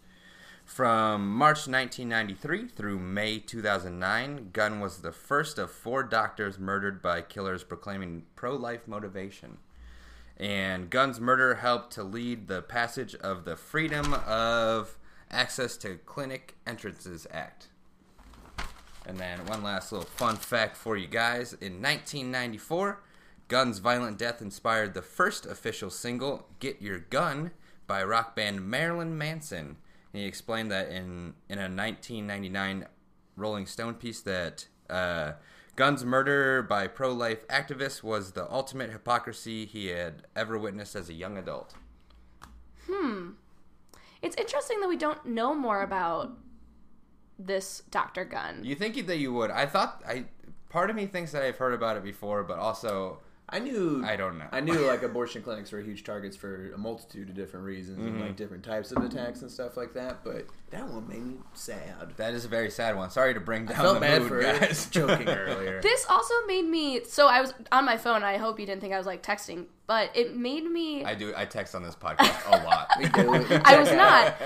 S2: From March 1993 through May 2009, Gunn was the first of four doctors murdered by killers proclaiming pro life motivation. And Gunn's murder helped to lead the passage of the Freedom of Access to Clinic Entrances Act. And then one last little fun fact for you guys. In 1994, Gun's violent death inspired the first official single, Get Your Gun, by rock band Marilyn Manson. He explained that in, in a 1999 Rolling Stone piece that uh, Gun's murder by pro life activists was the ultimate hypocrisy he had ever witnessed as a young adult.
S3: It's interesting that we don't know more about this Dr. Gunn.
S2: You think that you would? I thought I. Part of me thinks that I've heard about it before, but also
S1: I knew.
S2: I don't know.
S1: I knew like abortion clinics were huge targets for a multitude of different reasons and
S2: Mm-hmm.
S1: like different types of attacks and stuff like that. But that one made me sad.
S2: That is a very sad one. Sorry to bring down
S1: felt
S2: the
S1: bad
S2: mood,
S1: for her
S2: guys.
S1: joking earlier.
S3: This also made me so I was on my phone. I hope you didn't think I was like texting, but it made me.
S2: I do. I text on this podcast a lot.
S1: We do it. We
S3: I was
S1: check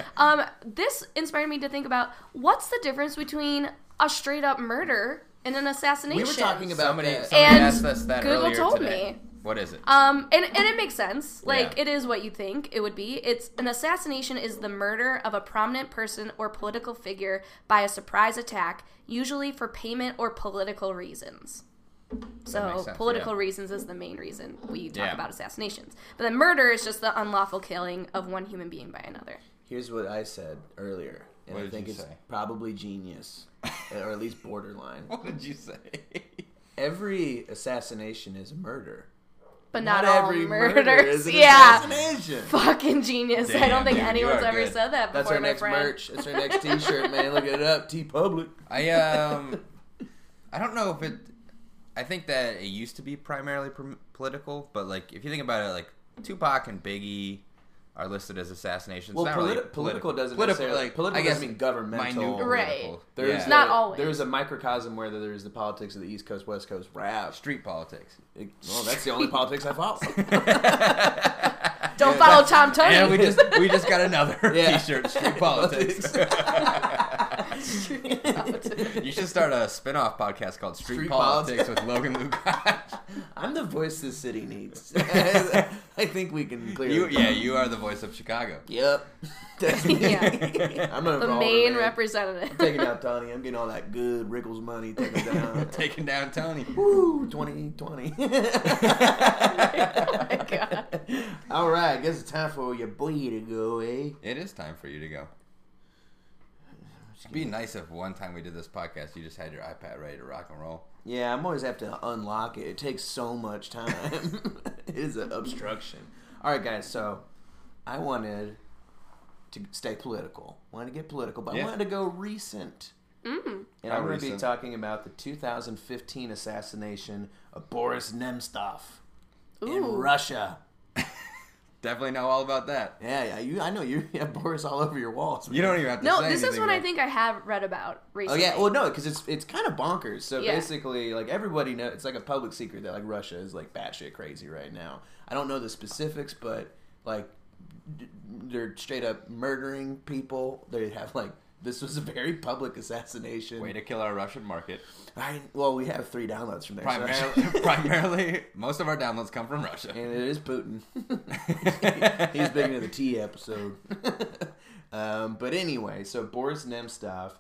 S3: not. Um, this inspired me to think about what's the difference between a straight up murder and an assassination.
S1: We were talking about
S2: Somebody,
S1: that.
S2: somebody
S3: And
S2: asked us that
S3: Google
S2: earlier
S3: told
S2: today.
S3: me.
S2: What is it?
S3: Um, and, and it makes sense. Like,
S2: Yeah.
S3: it is what you think it would be. It's an assassination is the murder of a prominent person or political figure by a surprise attack, usually for payment or political reasons. So,
S2: makes sense,
S3: political
S2: yeah.
S3: reasons is the main reason we talk
S2: Yeah.
S3: about assassinations. But then murder is just the unlawful killing of one human being by another.
S1: Here's what I said earlier, and
S2: What
S1: I
S2: did
S1: think
S2: you
S1: it's
S2: say?
S1: probably genius, or at least borderline.
S2: What did you say?
S1: Every assassination is a murder.
S3: But not, all
S1: every is
S3: murders.
S1: an
S3: yeah.
S1: assassination.
S3: Fucking genius. I
S2: Damn,
S3: don't think
S2: dude, you
S3: anyone's
S2: are
S3: ever
S2: good.
S3: said that before,
S1: That's our
S3: my
S1: next
S3: friend.
S1: merch. That's our next T-shirt, man. Look it up. T Public.
S2: I um, I don't know if it. I think that it used to be primarily prom- political, but like if you think about it, like Tupac and Biggie are listed as assassinations.
S1: Well,
S2: It's not
S1: politi-
S2: really
S1: political doesn't
S2: Political,
S1: necessarily
S2: like,
S1: political
S2: I guess
S1: doesn't mean governmental.
S2: minute
S3: Right.
S2: political.
S1: There's
S2: Yeah.
S3: It's not
S1: the-
S3: always.
S1: There's a microcosm where there's the politics of the East Coast, West Coast rap.
S2: street politics.
S1: It- well, that's the only politics I follow.
S3: Don't follow Tom Tony.
S2: And we just we just got another
S1: Yeah.
S2: T-shirt, street politics. you should start a spin-off podcast called Street,
S1: Street
S2: Politics, with Logan Lukacs.
S1: I'm the voice this city needs. I think we can clear.
S2: you,
S1: it.
S2: yeah, you are the voice of Chicago.
S1: Yep. That's me.
S3: Yeah.
S1: I'm gonna
S3: the
S1: call
S3: main
S1: her, man. I'm
S3: representative.
S1: taking out Tony. I'm getting all that good Rickles money. Taking down.
S2: Taking down Tony.
S1: Woo, 2020. All right, I guess it's time for your boy to go, eh?
S2: It is time for you to go. It'd be nice if one time we did this podcast, you just had your iPad ready to rock and roll.
S1: Yeah, I'm always have to unlock it. It takes so much time. it is an obstruction. All right, guys. So I wanted to stay political. Wanted to get political, but
S2: Yeah.
S1: I wanted to go recent.
S3: Mm.
S1: And
S2: How
S1: I'm going to be
S2: recent?
S1: talking about the 2015 assassination of Boris Nemtsov in
S3: Ooh.
S1: Russia.
S2: Definitely know all about that.
S1: Yeah, yeah. You, I know you have Boris all over your walls.
S2: You
S1: man.
S2: don't even have to
S3: No,
S2: say
S3: this is
S2: anything
S3: one I
S2: about-
S3: think I have read about
S1: Oh
S3: recently.
S1: yeah, well no, because it's it's kind of bonkers. So
S3: Yeah.
S1: basically, like everybody knows, it's like a public secret that like Russia is like batshit crazy right now. I don't know the specifics, but like d- they're straight up murdering people. They have like this was a very public assassination.
S2: Way to kill our Russian market.
S1: I, well, we have three downloads from there, so-
S2: Primarily, primarily, most of our downloads come from Russia.
S1: and it is Putin. He's big into the tea episode. um, but anyway, so Boris Nemtsov,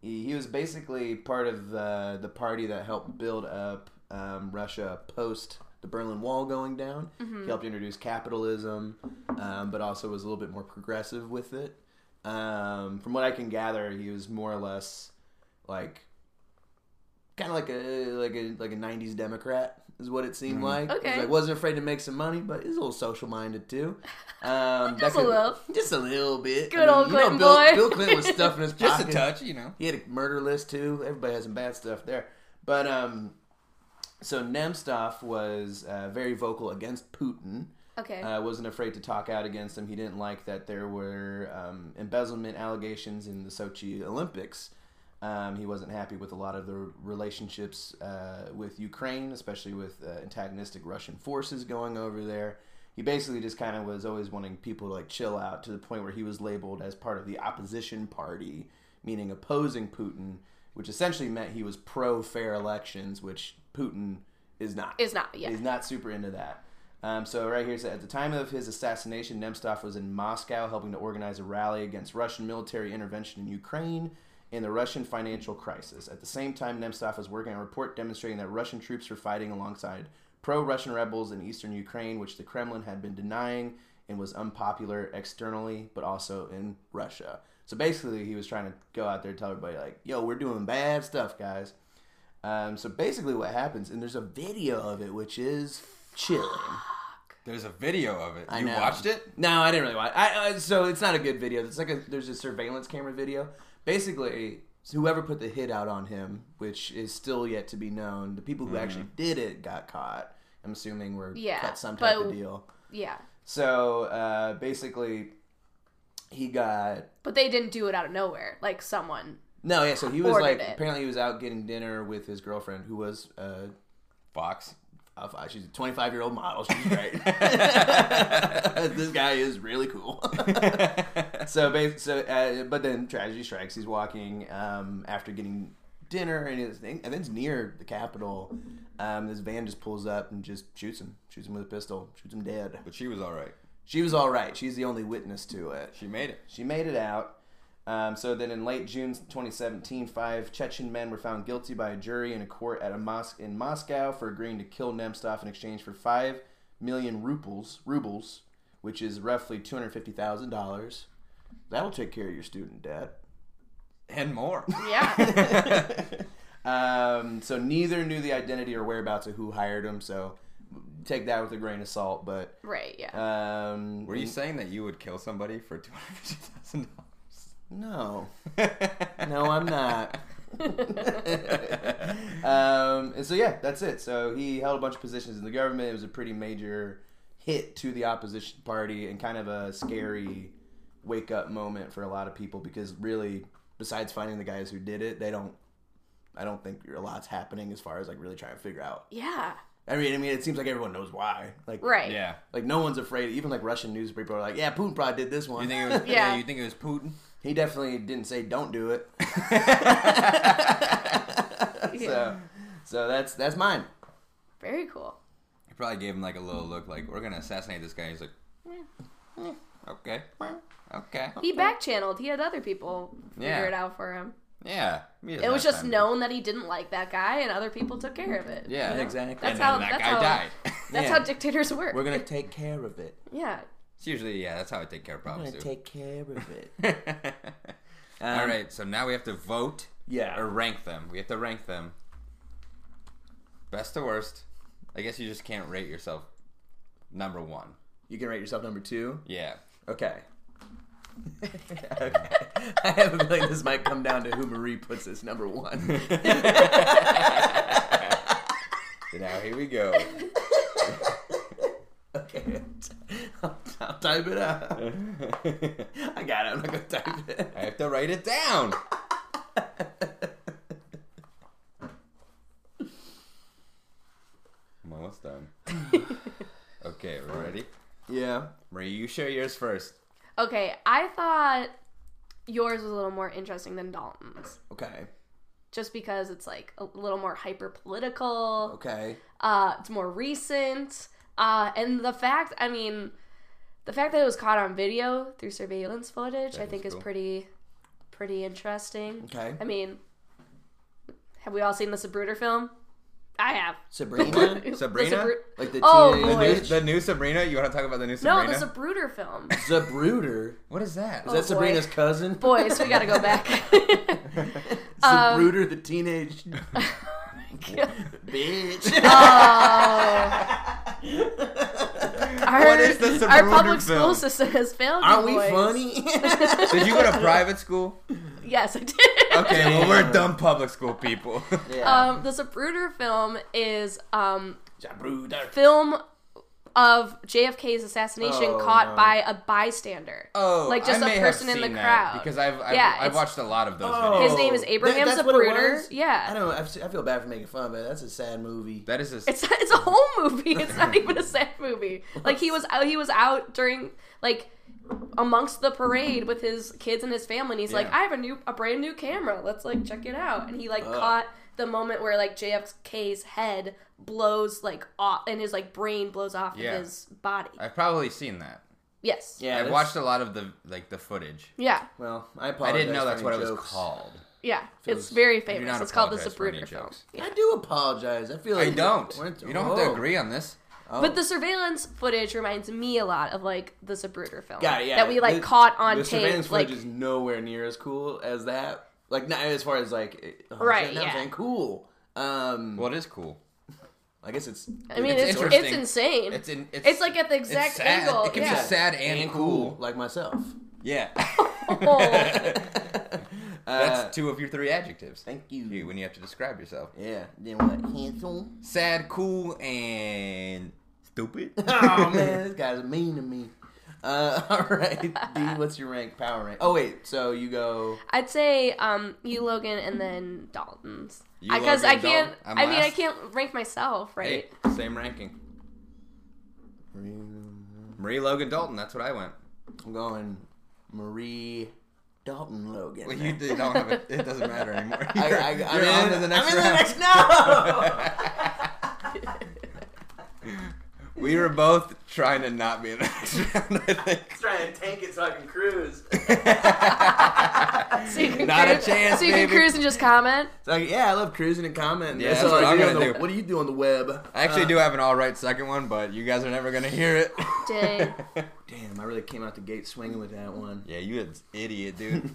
S1: he, he was basically part of the, the party that helped build up um, Russia post the Berlin Wall going down. He helped introduce capitalism, um, but also was a little bit more progressive with it. Um, from what I can gather, he was more or less like kind of like a like a like a '90s Democrat is what it seemed like. He was
S3: Okay.
S1: like, wasn't afraid to make some money, but he's a little social minded too. Um,
S3: Just a little.
S1: just a little bit.
S3: Good old
S1: you know,
S3: Clinton
S1: Bill,
S3: boy.
S1: Bill Clinton was stuffing his
S2: Just a
S1: pockets.
S2: touch, you know.
S1: He had a murder list too. Everybody has some bad stuff there, but um, so Nemstov was uh, very vocal against Putin
S3: Okay.
S1: uh, wasn't afraid to talk out against him. He didn't like that there were um, embezzlement allegations in the Sochi Olympics. Um, he wasn't happy with a lot of the relationships uh, with Ukraine, especially with uh, antagonistic Russian forces going over there. He basically just kind of was always wanting people to like chill out to the point where he was labeled as part of the opposition party, meaning opposing Putin, which essentially meant he was pro fair elections, which Putin is not.
S3: Is not, yeah.
S1: Is not super into that. Um, so right here, it says, at the time of his assassination, Nemtsov was in Moscow helping to organize a rally against Russian military intervention in Ukraine and the Russian financial crisis. At the same time, Nemtsov was working on a report demonstrating that Russian troops were fighting alongside pro-Russian rebels in eastern Ukraine, which the Kremlin had been denying and was unpopular externally, but also in Russia. So basically, he was trying to go out there and tell everybody, like, "Yo, we're doing bad stuff, guys." Um, so basically, what happens, and there's a video of it, which is chilling.
S2: There's a video of it.
S1: I
S2: you
S1: know.
S2: watched it?
S1: No, I didn't really watch. I, I so it's not a good video. It's like a there's a surveillance camera video. Basically, whoever put the hit out on him, which is still yet to be known, the people who actually did it got caught. I'm assuming were
S3: Yeah,
S1: cut some type
S3: but-
S1: of deal.
S3: yeah.
S1: So uh, basically, he got
S3: But they didn't do it out of nowhere. Like someone.
S1: no. Yeah, so he was
S3: Ordered
S1: like
S3: it.
S1: apparently he was out getting dinner with his girlfriend who was. Uh,
S2: Fox.
S1: Oh, fuck, she's a 25 year old model. She's great. this guy is really cool. so, bas- so, uh, but then tragedy strikes. He's walking um, after getting dinner, and it's, I think it's near the Capitol. Um, this van just pulls up and just shoots him, shoots him with a pistol, shoots him dead.
S2: But she was all right.
S1: She was all right. She's the only witness to it.
S2: She made it.
S1: She made it out. Um, so then in late June 2017, five Chechen men were found guilty by a jury in a court at a mosque in Moscow for agreeing to kill Nemtsov in exchange for five million rubles, rubles, which is roughly two hundred fifty thousand dollars. That'll take care of your student debt.
S2: And more.
S3: Yeah.
S1: Um, so neither knew the identity or whereabouts of who hired him. So take that with a grain of salt. But
S3: right, yeah.
S1: um,
S2: Were you saying that you would kill somebody for two hundred fifty thousand
S1: no?
S2: dollars?
S1: No, I'm not. um, and so yeah, that's it. So he held a bunch of positions in the government. It was a pretty major hit to the opposition party and kind of a scary wake up moment for a lot of people because really, besides finding the guys who did it, they don't. I don't think a lot's happening as far as like really trying to figure out.
S3: yeah.
S1: I mean, I mean, it seems like everyone knows why. Like,
S3: Right.
S2: Yeah.
S1: Like no one's afraid. Even like Russian newspaper are like, yeah, Putin probably did this one.
S2: You think it was?
S3: Yeah.
S2: You think it was Putin?
S1: he definitely didn't say don't do it. so, so that's that's mine.
S3: Very cool.
S2: He probably gave him like a little look, like we're gonna assassinate this guy. He's like, "Hmm, okay, okay,
S3: He back channeled. He had other people figure
S2: Yeah.
S3: it out for him.
S2: yeah. He doesn't
S3: It was
S2: have
S3: just
S2: time to-
S3: known that he didn't like that guy, and other people took care of it.
S2: Yeah,
S1: Exactly.
S3: That's
S2: and
S3: how-
S2: then that
S3: that's
S2: guy
S3: how-
S2: died.
S3: That's
S1: Yeah.
S3: how dictators work.
S1: We're gonna take care of it.
S3: yeah.
S2: it's usually yeah. That's how I take care of
S1: We're
S2: problems
S1: gonna
S2: too.
S1: take care of it. Um,
S2: All right, so now we have to vote
S1: Yeah.
S2: or rank them. We have to rank them. Best to worst. I guess you just can't rate yourself number one.
S1: You can rate yourself number two.
S2: Yeah.
S1: Okay. okay. I have a feeling this might come down to who Marie puts as number one.
S2: Now here we go.
S1: Okay. I'll, I'll type it out.
S2: I
S1: I got it. I'm not gonna type it.
S2: have to write it down. I'm almost done. okay, we're ready?
S1: Yeah.
S2: Marie, you share yours first.
S3: Okay, I thought yours was a little more interesting than Dalton's.
S1: Okay.
S3: Just because it's like a little more hyper political,
S1: Okay.
S3: uh, it's more recent, uh, and the fact, I mean, the fact that it was caught on video through surveillance footage, I
S2: That
S3: think
S2: is
S3: is
S2: cool.
S3: pretty, pretty interesting.
S1: Okay.
S3: I mean, have we all seen the Sabruder film? I have.
S1: Sabrina,
S3: The
S2: Sabrina?
S3: Sabru-
S1: like the
S3: Oh,
S1: teenage
S2: The
S3: boy.
S2: new, the new Sabrina? You want to talk about the new Sabrina?
S3: no, the Oh. Sabruder film.
S1: Zabruder.
S2: what is that?
S1: Is that
S3: boy.
S1: Sabrina's cousin?
S3: Boys, we gotta go Um, back.
S1: Zabruder, the teenage bitch.
S3: Oh, Uh, Our,
S2: What is the
S3: our
S2: Zapruder
S3: public
S2: film?
S3: school system has failed. you
S1: Aren't we
S3: boys.
S1: funny?
S2: Did you go to private school?
S3: Yes, I did.
S2: Okay, well we're dumb public school people.
S3: Um, the Zapruder film is um,
S1: Zabruder.
S3: film of JFK's assassination
S1: Oh,
S3: caught
S1: no.
S3: by a bystander.
S2: oh,
S3: Like, just
S2: I
S3: a
S2: may have
S3: person in the
S2: seen that
S3: crowd.
S2: because I've I've,
S3: Yeah,
S2: I've
S3: it's-
S2: watched a lot of those.
S1: Oh.
S2: Videos.
S3: His name is Abraham
S1: that's what it
S3: Zapruder.
S1: was?
S3: Yeah.
S1: I don't. know. I've se- I feel bad for making fun of it. That's a sad movie.
S2: That is a
S3: It's it's a whole movie. It's not even a sad movie. Like he was out he was out during like amongst the parade with his kids and his family and he's like,
S2: Yeah.
S3: I have a new a brand new camera. Let's like check it out. And he like caught the moment where like JFK's head blows like off and his like brain blows off
S2: Yeah.
S3: of his body.
S2: I've probably seen that.
S3: Yes.
S1: yeah,
S2: I've
S1: that's-
S2: watched a lot of the like the footage.
S3: Yeah.
S1: Well, I
S2: I
S1: apologize.
S2: didn't know
S1: for
S2: that's
S1: any
S2: what it was
S1: jokes.
S2: called.
S3: Yeah.
S1: Feels-
S3: It's very
S2: I do
S3: famous.
S2: not
S3: It's called the
S2: apologize for any
S3: Zapruder film.
S2: jokes.
S1: I do apologize. I feel like
S2: I don't.
S1: We're-
S2: We don't have to
S1: oh.
S2: agree on this.
S1: Oh.
S3: But the surveillance footage reminds me a lot of like the Zapruder film
S1: Got it, yeah.
S3: that we like
S1: The-
S3: caught on
S1: the surveillance
S3: tape.
S1: footage
S3: Like
S1: is nowhere near as cool as that. Like not as far as like it- oh,
S3: Right,
S1: I'm saying- I'm
S3: yeah.
S1: saying cool. Um,
S2: Well, it is cool.
S1: I guess it's.
S3: I mean,
S2: It's
S3: it's it's,
S2: interesting.
S3: insane.
S2: It's in. It's,
S3: It's like at the
S2: it's
S3: exact
S2: sad.
S3: angle.
S2: It can
S3: yeah.
S2: be sad and,
S1: and
S2: cool.
S1: cool, like myself.
S2: Yeah,
S3: Oh,
S1: Uh,
S2: that's two of your three adjectives.
S1: Thank you.
S2: you when you have to describe yourself.
S1: Yeah. Then what? Handsome.
S2: Sad, cool, and stupid.
S1: Oh man, this guy's mean to me. Uh, all right, D. What's your rank? Power rank. Oh wait, so you go.
S3: I'd say um, you Logan and then Dalton's.
S2: You,
S3: Because I
S2: Logan,
S3: can't.
S2: Dalton. I'm
S3: I mean, I
S2: last.
S3: can't rank myself, right?
S2: Hey, same ranking. Marie Logan Dalton. That's what I went.
S1: I'm going Marie Dalton Logan.
S2: Well, you d- don't have it. It doesn't matter anymore.
S1: I,
S2: You're,
S1: I, I'm
S2: you're
S1: in,
S2: on to the next
S1: I'm in
S2: round.
S1: the next. No.
S2: We were both trying to not be in the next round. I think.
S1: trying to tank it so I can cruise.
S3: So you can
S2: Not a
S3: cruise-
S2: chance,
S3: So you can
S2: baby.
S3: cruise and just comment.
S1: It's like, yeah, I love cruising and commenting.
S2: Yeah,
S1: That's
S2: that's
S1: all
S2: what
S1: I
S2: I'm
S1: do on
S2: gonna
S1: the-
S2: do.
S1: What do you do on the web?
S2: I actually
S1: Uh,
S2: do have an all right second one, but you guys are never gonna hear it.
S3: Dang.
S1: Damn, I really came out the gate swinging with that one.
S2: yeah, you an idiot, dude.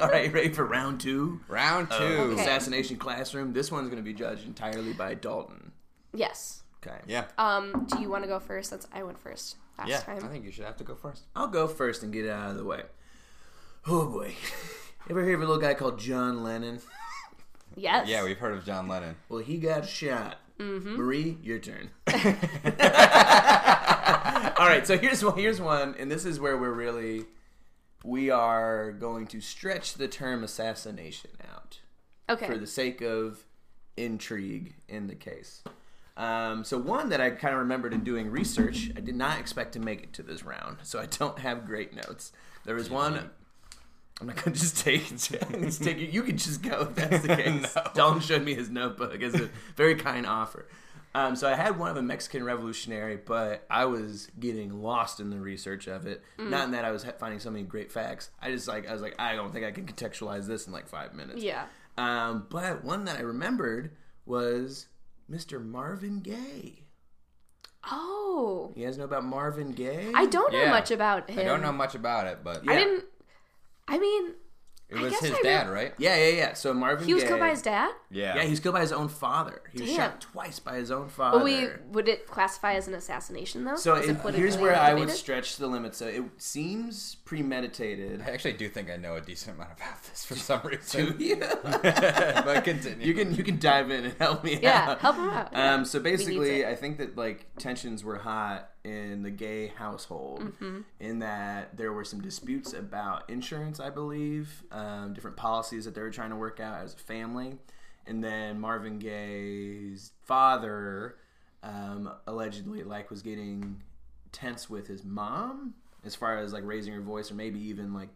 S1: all right, ready for round two?
S2: Round two.
S3: Okay.
S1: Assassination Classroom. This one's going to be judged entirely by Dalton.
S3: yes.
S1: Okay.
S2: Yeah.
S3: Um, do you want to go first since I went first last
S2: Yeah. I
S3: time?
S2: think you should have to go first.
S1: I'll go first and get it out of the way. Oh boy. Ever hear of a little guy called John Lennon?
S3: Yes.
S2: Yeah, we've heard of John Lennon.
S1: Well, he got shot. Marie, your turn. All right, so here's one. Here's one, and this is where we're really we are going to stretch the term assassination out
S3: okay.
S1: for the sake of intrigue in the case. Um, so one that I kind of remembered in doing research, I did not expect to make it to this round, so I don't have great notes. There was one. I'm not gonna just take just take it. You can just go if that's the case.
S2: No.
S1: Dalton showed me his notebook as a very kind offer. Um, so I had one of a Mexican revolutionary, but I was getting lost in the research of it. Not in that I was ha- finding so many great facts. I just like I was like I don't think I can contextualize this in like five minutes.
S3: yeah.
S1: Um, but one that I remembered was Mr. Marvin Gaye.
S3: Oh.
S1: You guys know about Marvin Gaye?
S3: I don't know
S2: Mm, Yeah.
S3: much about him.
S2: I don't know much about it, but
S3: I
S1: Yeah.
S3: didn't. I mean,
S2: it was
S3: guess
S2: his
S3: I re-
S2: dad, right?
S1: Yeah, yeah, yeah. So Marvin
S3: he was
S1: Gaye.
S3: killed by his dad.
S2: Yeah.
S1: Yeah, he was killed by his own father. He was
S3: Damn.
S1: shot twice by his own father.
S3: But we would it classify as an assassination though?
S1: so
S3: Is
S1: it,
S3: politically
S1: here's where I would
S3: motivated?
S1: stretch the limit. So it seems premeditated.
S2: I actually do think I know a decent amount about this for some
S1: to
S2: reason.
S1: you.
S2: but continue.
S1: you can you can dive in and help me
S3: Yeah,
S1: out.
S3: help him out.
S2: Uh,
S3: Yeah.
S1: Um, so basically,
S3: it.
S1: I think that like tensions were hot in the gay household,
S3: Mm-hmm.
S1: in that there were some disputes about insurance, I believe, um, different policies that they were trying to work out as a family, and then Marvin Gaye's father um, allegedly like was getting tense with his mom as far as like raising her voice or maybe even like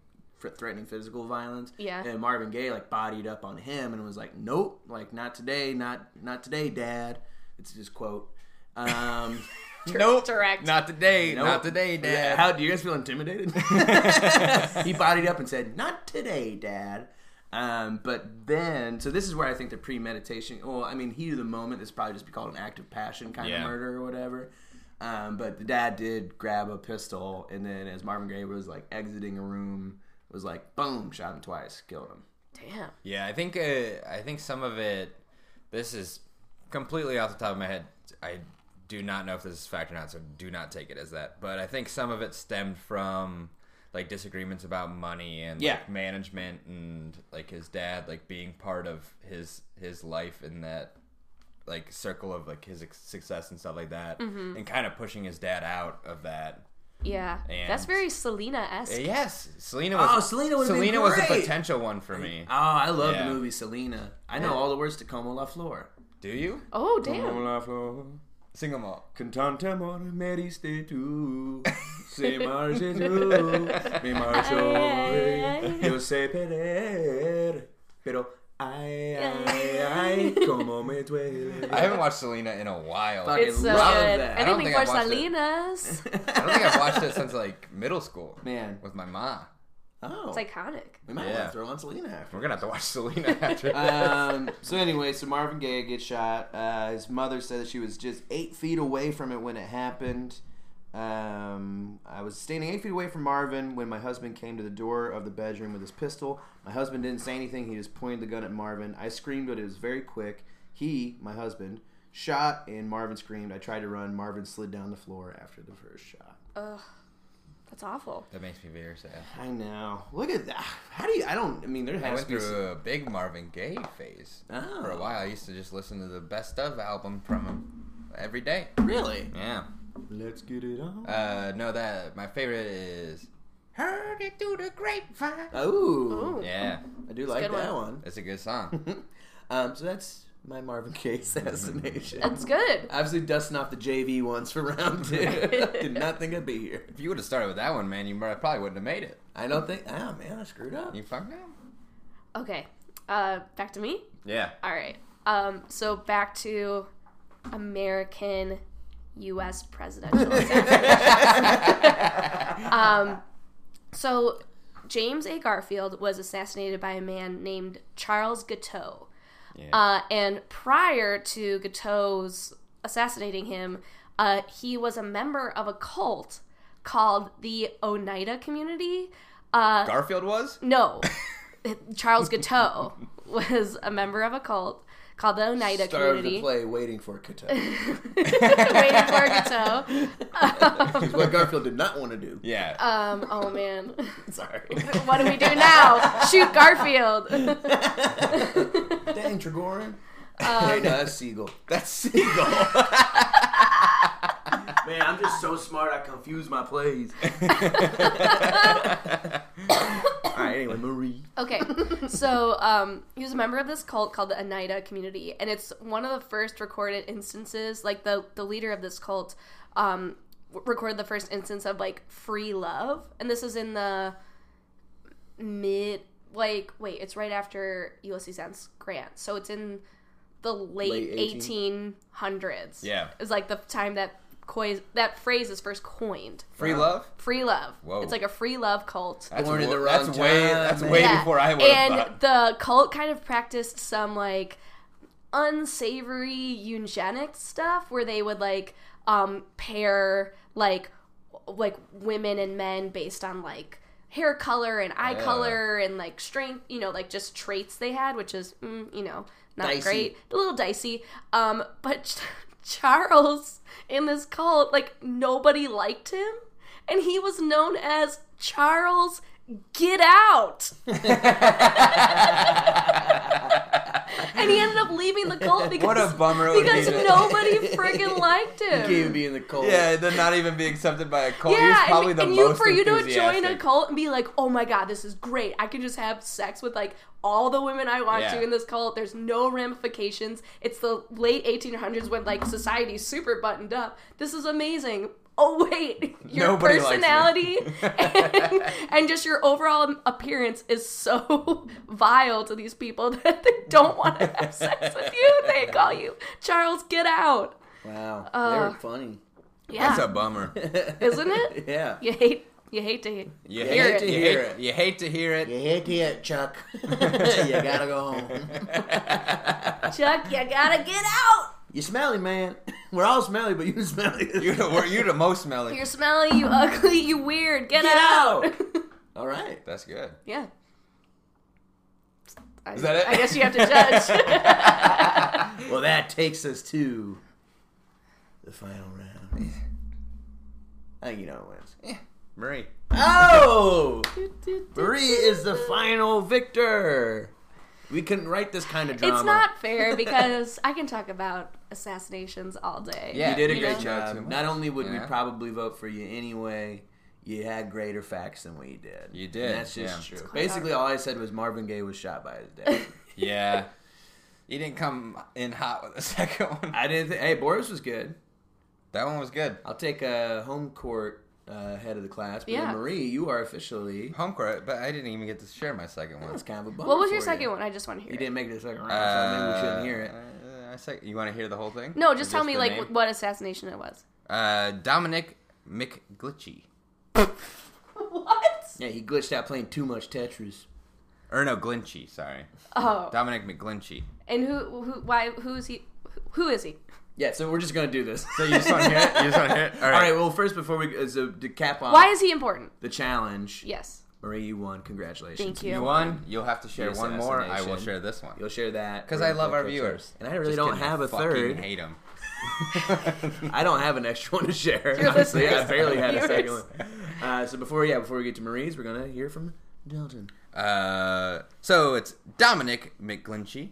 S1: f- threatening physical violence.
S3: Yeah.
S1: And Marvin Gaye like bodied up on him and was like, "Nope, like not today, not not today, Dad." It's his quote. Um,
S2: nope.
S3: direct.
S2: Not today.
S1: nope.
S2: Not today, Dad.
S1: How do you guys feel intimidated? he bodied up and said, "Not today, Dad." Um, but then, so this is where I think the premeditation. Well, I mean, heat of the moment is probably just be called an act of passion kind
S2: Yeah.
S1: of murder or whatever. Um, but the dad did grab a pistol, and then as Marvin Gaye was like exiting a room, was like boom, shot him twice, killed him.
S3: Damn.
S2: Yeah, I think uh, I think some of it. This is completely off the top of my head. I do not know if this is fact or not, so do not take it as that. But I think some of it stemmed from like disagreements about money and
S1: Yeah.
S2: like, management and like his dad like being part of his his life in that like circle of like his ex- success and stuff like that,
S1: Mm-hmm.
S2: and kind of pushing his dad out of that.
S3: Yeah.
S2: And-
S3: That's very Selena esque.
S2: Yes, Selena was.
S1: Oh, Selena would've been
S2: Selena was a
S1: great.
S2: potential one for me.
S1: Oh, I love
S2: Yeah.
S1: the movie Selena. I know all the words to Como la Flor.
S2: Do you
S3: Oh damn.
S1: la Flor.
S2: sing them all?
S1: Cantante amor, me diste tú. Se marche tú, me marcho hoy. Yo sé perder, pero ay, ay, ay, como me duele.
S2: I haven't watched Selena in a while.
S1: Fuck
S3: It's so
S1: I love
S3: good.
S1: that. I
S2: don't
S3: Anything
S2: think I
S3: for
S2: watched it.
S3: Selena's.
S2: I don't think I've watched it since like middle school.
S1: Man.
S2: with my mom.
S1: Oh,
S3: It's iconic.
S1: we might want
S2: Yeah.
S1: to throw on Selena
S2: We're
S1: after.
S2: gonna have to watch Selena after.
S1: Um, so anyway, so Marvin Gaye gets shot. Uh, his mother said that she was just eight feet away from it when it happened. Um, I was standing eight feet away from Marvin when my husband came to the door of the bedroom with his pistol. My husband didn't say anything, he just pointed the gun at Marvin. I screamed, but it was very quick. He, my husband, shot and Marvin screamed. I tried to run. Marvin slid down the floor after the first shot.
S3: Ugh. That's awful.
S2: that makes me very sad.
S1: I know. Look at that. How do you? I don't. I mean, there
S2: I
S1: has
S2: went
S1: to be. some-
S2: through a big Marvin Gaye phase
S1: Oh.
S2: for a while. I used to just listen to the best of album from him every day.
S1: Really?
S2: Yeah.
S1: Let's get it on.
S2: Uh, no, that my favorite is "Heard It Through the Grapevine."
S1: Oh.
S3: Ooh.
S2: Yeah,
S1: I do like
S3: good
S1: that
S3: one.
S1: one.
S2: it's a good song.
S1: Um, so that's my Marvin Gaye assassination.
S3: That's good.
S1: Absolutely dusting off the JV ones for round two. Did not think I'd be here.
S2: If you would have started with that one, man, you might- probably wouldn't have made it.
S1: I don't think. Ah, man, I screwed up.
S2: You fucked up.
S3: Okay. Uh, back to me.
S2: Yeah.
S3: All right. Um, so back to American U.S. presidential. um, so James A. Garfield was assassinated by a man named Charles Gateau.
S2: Yeah.
S3: Uh, and prior to Gateau's assassinating him, uh, he was a member of a cult called the Oneida Community. Uh,
S2: Garfield was?
S3: no, Charles Gateau was a member of a cult called the Oneida
S1: Started
S3: Community.
S1: the play waiting for Kato.
S3: Waiting for Gateau.
S1: Which is what Garfield did not want to do.
S2: Yeah.
S3: Um, oh man,
S1: Sorry.
S3: what do we do now? Shoot Garfield.
S1: Dang,
S3: Um,
S1: Tregorin. Wait, no, that's Siegel.
S2: That's Seagull.
S1: Man, I'm just so smart I confuse my plays. All right, anyway, Marie.
S3: Okay, so um, he was a member of this cult called the Oneida Community, and it's one of the first recorded instances. Like the the leader of this cult um, w- recorded the first instance of like free love, and this is in the mid like wait, it's right after Ulysses S. Grant, so it's in the late
S1: Late
S3: eighteen hundreds.
S2: Yeah.
S3: it's like the time that cois- that phrase is first coined.
S2: Free
S1: Wow.
S2: love?
S3: Free love.
S2: Whoa.
S3: It's like a free love cult.
S2: That's,
S1: Born at
S2: wa-
S1: the
S2: that's
S1: wrong
S2: way
S1: time,
S2: that's
S1: man.
S2: way
S3: Yeah.
S2: before I would have
S3: and
S2: thought.
S3: the cult kind of practiced some like unsavory eugenic stuff where they would like um pair like like women and men based on like hair color and eye
S2: Yeah.
S3: color and like strength you know like just traits they had which is mm, you know not
S1: Dicey.
S3: great a little dicey um but charles in this cult like nobody liked him and he was known as charles get out and he ended up leaving the cult because,
S2: What a bummer it would
S3: because
S2: be to-
S3: nobody friggin' liked
S1: You can't even
S3: him.
S1: be in the cold.
S2: Yeah, then not even be accepted by a cult. He was
S3: Yeah,
S2: probably
S3: and,
S2: the
S3: and you
S2: most
S3: for you to join a
S2: enthusiastic.
S3: cult and be like, oh my god, this is great. I can just have sex with like all the women I want
S2: Yeah.
S3: to in this cult. There's no ramifications. It's the late 1800s when like society's super buttoned up. This is amazing. Oh wait, your
S2: Nobody likes me.
S3: personality and, and just your overall appearance is so vile to these people that they don't want to have sex with you. They call you Charles. Get out.
S1: Wow. they
S3: Uh,
S1: were funny.
S3: Yeah,
S2: That's a bummer.
S3: isn't it?
S1: Yeah.
S3: You hate. You hate to hate.
S2: You
S1: You
S2: hate,
S1: hate
S2: it.
S1: to
S2: you
S1: hear
S2: hate,
S1: it.
S2: You hate to hear it.
S1: You hit it, Chuck. you gotta go home.
S3: Chuck, you gotta get out.
S1: You smelly, man. We're all smelly, but you smelly.
S2: You're the, wor- you're the most smelly.
S3: You're smelly. You ugly. You weird. Get,
S1: Get
S3: out.
S1: all right.
S2: That's good.
S3: yeah. I-
S2: Is that it?
S3: I guess you have to judge.
S1: Well, that takes us to the final round. I think you know who wins.
S2: Marie.
S1: Oh! Marie is the final victor. We couldn't write this kind of drama.
S3: it's not fair because I can talk about assassinations all day.
S2: Yeah.
S1: You did a
S2: You
S1: great
S2: know?
S1: job. Not only would we
S2: Yeah.
S1: probably vote for you anyway, you had greater facts than we did.
S2: You did,
S1: And that's just
S2: yeah.
S1: true.
S3: quite
S1: Basically, all I said was Marvin Gaye was shot by his dad.
S2: Yeah. You didn't come in hot with the second one.
S1: I didn't. Th- hey, Boris was good.
S2: That one was good.
S1: I'll take a home court uh, head of the class. But then
S3: Yeah.
S1: Marie, you are officially.
S2: Home court, but I didn't even get to share my second one.
S1: That's kind of a bummer
S3: What was your
S1: for
S3: second
S1: you.
S3: one? I just want to hear
S1: You
S3: it.
S1: didn't make it to the second round, so maybe we shouldn't hear it.
S2: Uh, I sec- you want to hear the whole thing?
S3: No,
S2: Or
S3: just tell me
S2: the
S3: like
S2: name?
S3: wh- what assassination it was.
S2: Uh, Dominic McGlitchy.
S3: What?
S1: Yeah, he glitched out playing too much Tetris.
S2: Or no, Glinchy, sorry.
S3: Oh,
S2: Dominic McGlinchy.
S3: and who? Who? Why? Who is he? Who is he?
S1: Yeah, so we're just gonna do this.
S2: So you just want to hear it? You just want to hear it? All
S1: All
S2: right.
S1: right. Well, first before we uh, so to cap off
S3: Why is he important?
S1: the challenge,
S3: Yes.
S1: Marie, you won. Congratulations.
S3: Thank
S2: you
S3: you.
S2: won. You'll have to share
S1: The
S2: one more. I will
S1: assassination.
S2: share this one.
S1: You'll share that
S2: Because
S1: We're
S2: I
S1: gonna
S2: love
S1: play
S2: our
S1: pictures.
S2: viewers.
S1: and I really
S2: Just
S1: don't
S2: kidding,
S1: have
S2: I
S1: a
S2: fucking
S1: third.
S2: hate 'em.
S1: I don't have an extra one to share.
S3: Your
S1: honestly, I
S3: listeners.
S1: barely had a second
S3: Viewers.
S1: one. Uh, so before yeah, before we get to Marie's, we're gonna hear from Dalton.
S2: Uh, so it's Dominic McGlinchey,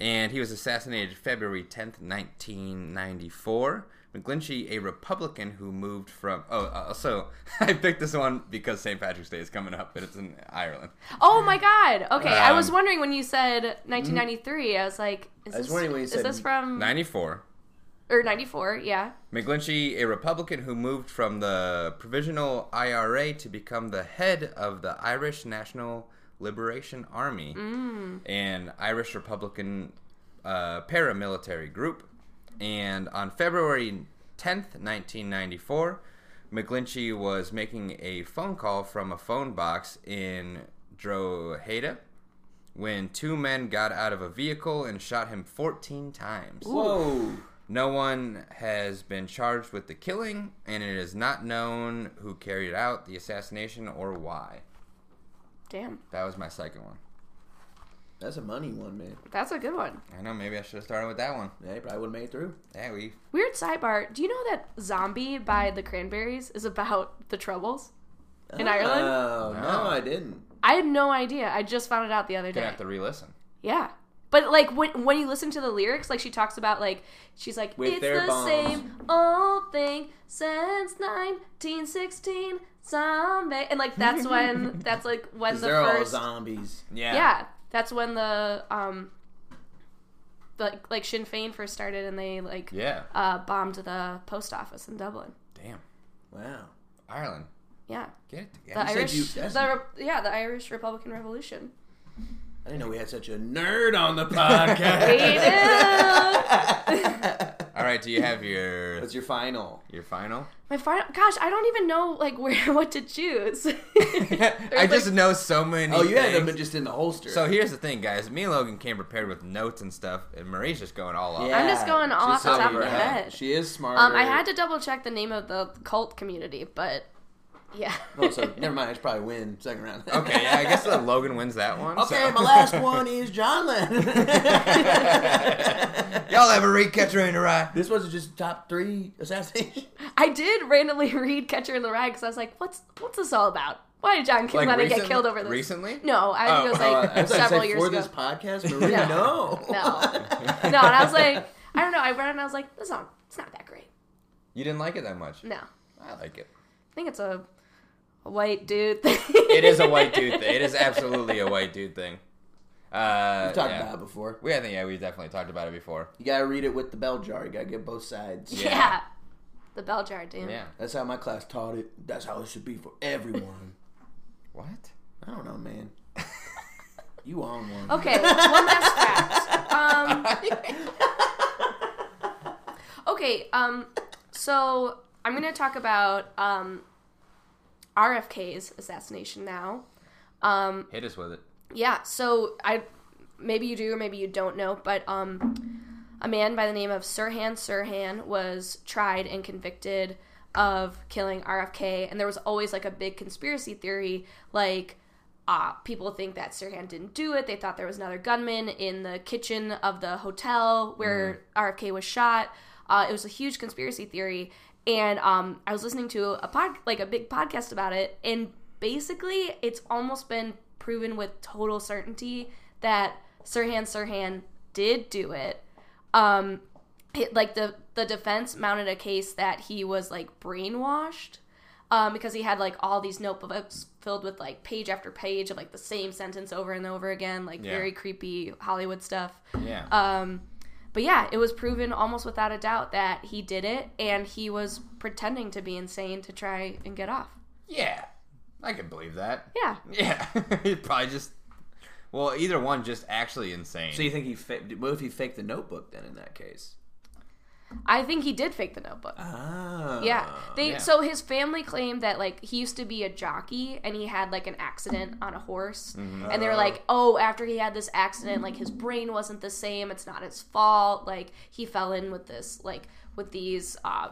S2: and he was assassinated February 10th, 1994, McGlinchey, a Republican who moved from. Oh, uh, so I picked this one because St. Patrick's Day is coming up, but it's in Ireland.
S3: Oh my God. Okay, I was
S2: Um,
S3: wondering when you said 1993. I was like,
S1: mm-hmm.
S3: is
S1: I was
S3: this,
S1: wondering when you
S3: is
S1: said
S3: this from
S2: 94.
S3: or 94? Yeah.
S2: McGlinchey, a Republican who moved from the provisional IRA to become the head of the Irish National Liberation Army, an Irish Republican uh, paramilitary group. And on February 10th, 1994, McGlinchey was making a phone call from a phone box in Drogheda when two men got out of a vehicle and shot him 14 times.
S1: Whoa.
S2: No one has been charged with the killing, and it is not known who carried out the assassination or why.
S3: Damn,
S2: That was my second one.
S1: That's a money one, man.
S3: that's a good one.
S2: I know, maybe I should have started with that one.
S1: Yeah, he probably would have made it through.
S2: Yeah, we.
S3: Weird sidebar. Do you know that "Zombie" by the Cranberries is about the Troubles in Ireland?
S1: Oh, no,
S2: No.
S1: I didn't.
S3: I had no idea. I just found it out the other
S2: Gonna
S3: day.
S2: have to re listen.
S3: Yeah. But like when when you listen to the lyrics, like she talks about like she's like
S1: With
S3: it's
S1: their
S3: the
S1: bombs."
S3: same old thing since nineteen sixteen zombie and like that's when that's like when
S1: Because
S3: the
S1: they're
S3: first
S1: all zombies.
S2: Yeah.
S3: yeah. that's when the um the like Sinn Fein first started and they like
S2: Yeah.
S3: uh bombed the post office in Dublin
S2: Damn.
S1: Wow.
S2: Ireland.
S3: yeah
S2: Get it together.
S3: the
S1: said
S3: Irish
S1: you- that's-
S3: the, Re- yeah the Irish Republican Revolution
S1: I didn't know we had such a nerd on the podcast.
S3: We do.
S2: All right, do you have your
S1: What's your final?
S2: your final?
S3: my final gosh I don't even know like where what to choose
S2: I just know so many.
S1: Oh, you had
S2: things.
S1: them just in the holster.
S2: So here's the thing, guys. Me and Logan came prepared with notes and stuff, and Marie's just going all off.
S1: Yeah.
S3: I'm just going off the
S2: so
S3: top of my
S2: yeah.
S3: head.
S1: She is smart.
S3: Um, I had to double check the name of the cult community, but yeah.
S1: Oh, so never mind. I should probably win second round.
S2: Okay, yeah, I guess that Logan wins that one.
S1: Okay,
S2: so.
S1: my last one is John Lennon.
S2: Y'all have a ring catcher in your eye.
S1: this was just top three assassinations.
S3: I did randomly read Catcher in the Rye because I was like, "What's what's this all about? Why did John Lennon get
S2: recently-
S3: killed over this?"
S2: Recently?
S3: No, I think it was like
S1: Oh, Uh, I was gonna
S3: several
S1: say,
S3: years
S1: for
S3: ago.
S1: this podcast, Maria,
S3: Yeah.
S1: no.
S3: No, no, and I was like, I don't know. I read it and I was like, "This song, it's not that great."
S2: You didn't like it that much.
S3: No, I
S2: I like it.
S3: think it's a, a white dude thing.
S2: It is a white dude thing. It is absolutely a white dude thing. Uh,
S1: We've talked
S2: yeah.
S1: about it before.
S2: We, I think, yeah, we definitely talked about it before.
S1: You gotta read it with the bell jar. You gotta get both sides.
S3: Yeah. the bell jar, damn.
S2: Yeah.
S1: That's how my class taught it. That's how it should be for everyone.
S2: What?
S1: I don't know, man. You on one?
S3: Okay, one last fact. Um, okay, um, so I'm going to talk about um, RFK's assassination now. Um,
S2: Hit us with it.
S3: yeah, so I maybe you do or maybe you don't know, but um, a man by the name of Sirhan Sirhan was tried and convicted of killing RFK, and there was always like a big conspiracy theory, like. Uh, people think that Sirhan didn't do it. They thought there was another gunman in the kitchen of the hotel where RFK was shot. Uh, it was a huge conspiracy theory, and um, I was listening to a pod, like a big podcast about it, and basically, it's almost been proven with total certainty that Sirhan Sirhan did do it. Um, it, like the the defense mounted a case that he was like brainwashed um, because he had like all these notebooks filled with like page after page of like the same sentence over and over again, like
S2: Yeah.
S3: very creepy Hollywood stuff.
S2: Yeah.
S3: Um, but yeah, it was proven almost without a doubt that he did it, and he was pretending to be insane to try and get off.
S2: yeah. I can believe that.
S3: Yeah,
S2: Yeah. He probably just. Well, either one just actually insane.
S1: So you think he faked? What if he faked the notebook then? In that case,
S3: I think he did fake the notebook.
S1: ah,
S3: Yeah. They
S2: Oh, yeah.
S3: so his family claimed that like he used to be a jockey and he had like an accident on a horse
S2: Mm-hmm.
S3: and they were like, "Oh, after he had this accident, like his brain wasn't the same. It's not his fault. Like he fell in with this like with these uh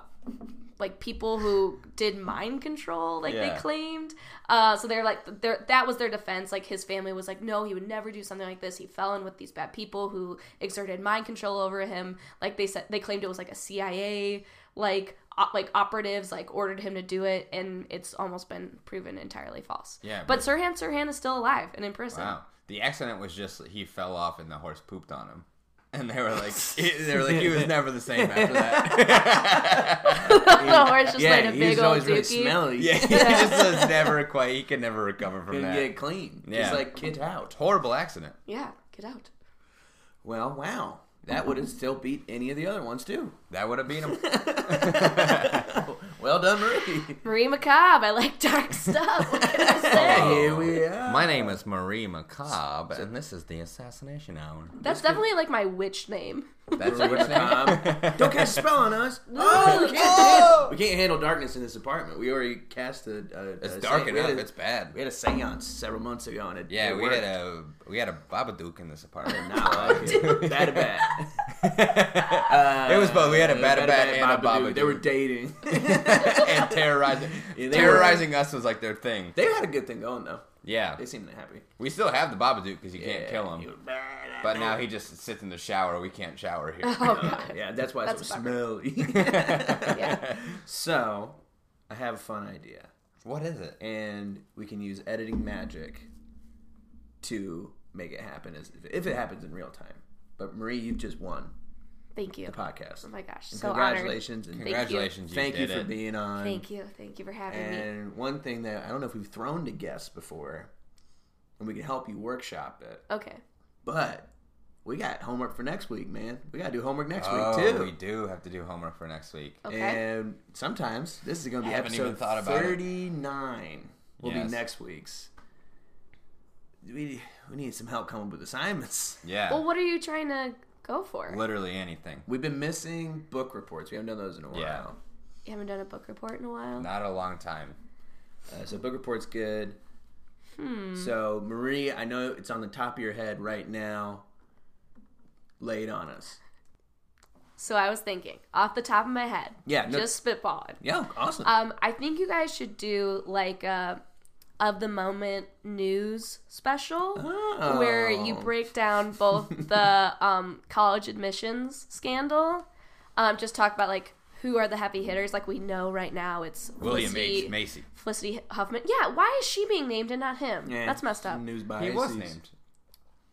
S3: like people who did mind control, like
S2: Yeah.
S3: they claimed. Uh, so they're like, they're, that was their defense. Like his family was like, no, he would never do something like this. He fell in with these bad people who exerted mind control over him. Like they said, they claimed it was like a CIA, like op- like operatives like ordered him to do it, and it's almost been proven entirely false.
S2: Yeah,
S3: but, Sirhan Sirhan is still alive and in prison.
S2: wow. The accident was just he fell off and the horse pooped on him. and they were like, it, they were like, he was never the same after that.
S3: the horse just laid
S1: yeah,
S3: a
S1: he
S3: big
S1: was
S3: old
S1: always really
S3: dookie.
S1: smelly.
S2: yeah, he just was never quite. He could never recover from
S1: Couldn't
S2: that.
S1: get clean.
S2: Yeah.
S1: Just like Kid Out.
S2: Horrible accident.
S3: yeah, get out.
S1: Well, wow. That would have still beat any of the other ones, too.
S2: That would have beat him.
S1: well done, Marie.
S3: Marie Macabre. I like dark stuff. What can I
S1: Yeah,
S3: say?
S1: Here we are.
S2: My name is Marie Macabre, and this is the Assassination Hour.
S3: That's definitely like my witch name.
S2: That's
S1: Marie
S2: your
S1: Macabre.
S2: name.
S1: Don't cast a spell on us.
S3: Oh,
S1: we, can't
S2: oh!
S1: handle, we can't handle darkness in this apartment. We already cast a. a
S2: It's
S1: a
S2: dark
S1: se- we had
S2: enough.
S1: a-
S2: It's bad.
S1: We had a seance several months ago, and it
S2: Yeah,
S1: it
S2: we
S1: worked.
S2: had a we had a Babadook in this apartment.
S1: Not like it. Bad a bad. Uh,
S2: it was both. We had a bad a bad and a
S1: Babadook.
S2: Babadook.
S1: They were dating.
S2: and terrorizing
S1: Yeah, they were-
S2: terrorizing us was like their thing.
S1: They had a good thing going though.
S2: Yeah,
S1: They seemed happy.
S2: we still have the Babadook because you
S1: Yeah,
S2: can't kill him.
S1: you-
S2: But now he just sits in the shower. We can't shower here.
S3: Oh
S1: Uh,
S3: god.
S1: yeah, that's why it's
S3: That's
S1: so
S3: a
S1: smelly.
S3: Yeah.
S1: so, I have a fun idea,
S2: What is it?
S1: and we can use editing magic to make it happen as if it happens in real time. But Marie, you've just won
S3: Thank you.
S1: the podcast.
S3: Oh my gosh.
S1: And
S3: So honored.
S1: congratulations and
S3: you.
S2: Congratulations!
S1: thank you
S2: you
S1: for
S2: did it.
S1: being on.
S3: Thank you. Thank you for having me.
S1: And one thing that I don't know if we've thrown to guests before, and we can help you workshop it,
S3: Okay.
S1: but we got homework for next week, man. We got to do homework next week
S2: Oh,
S1: too.
S2: we do have to do homework for next week.
S3: Okay.
S1: And sometimes this is going to be
S2: I haven't
S1: episode
S2: even thought about it.
S1: 39. Will
S2: Yes.
S1: be next week's. We we need some help coming up with assignments.
S2: Yeah,
S3: Well, what are you trying to go for?
S2: literally anything.
S1: We've been missing book reports. We haven't done those in a while.
S2: Yeah.
S3: You haven't done a book report in a while.
S2: Not a long time.
S1: Uh, so book report's good.
S3: Hmm.
S1: So Marie, I know it's on the top of your head right now. Lay it on us.
S3: So I was thinking, off the top of my head,
S1: Yeah, no-
S3: just spitballing.
S1: Yeah, awesome.
S3: Um, I think you guys should do like a of the moment news special
S1: Oh.
S3: where you break down both the um, college admissions scandal. Um, just talk about like who are the heavy hitters. Like we know right now it's
S2: William
S3: Felicity,
S2: H. Macy.
S3: Felicity Huffman. Yeah, why is she being named and not him?
S1: Yeah,
S3: That's messed up.
S1: News bias.
S2: He was named.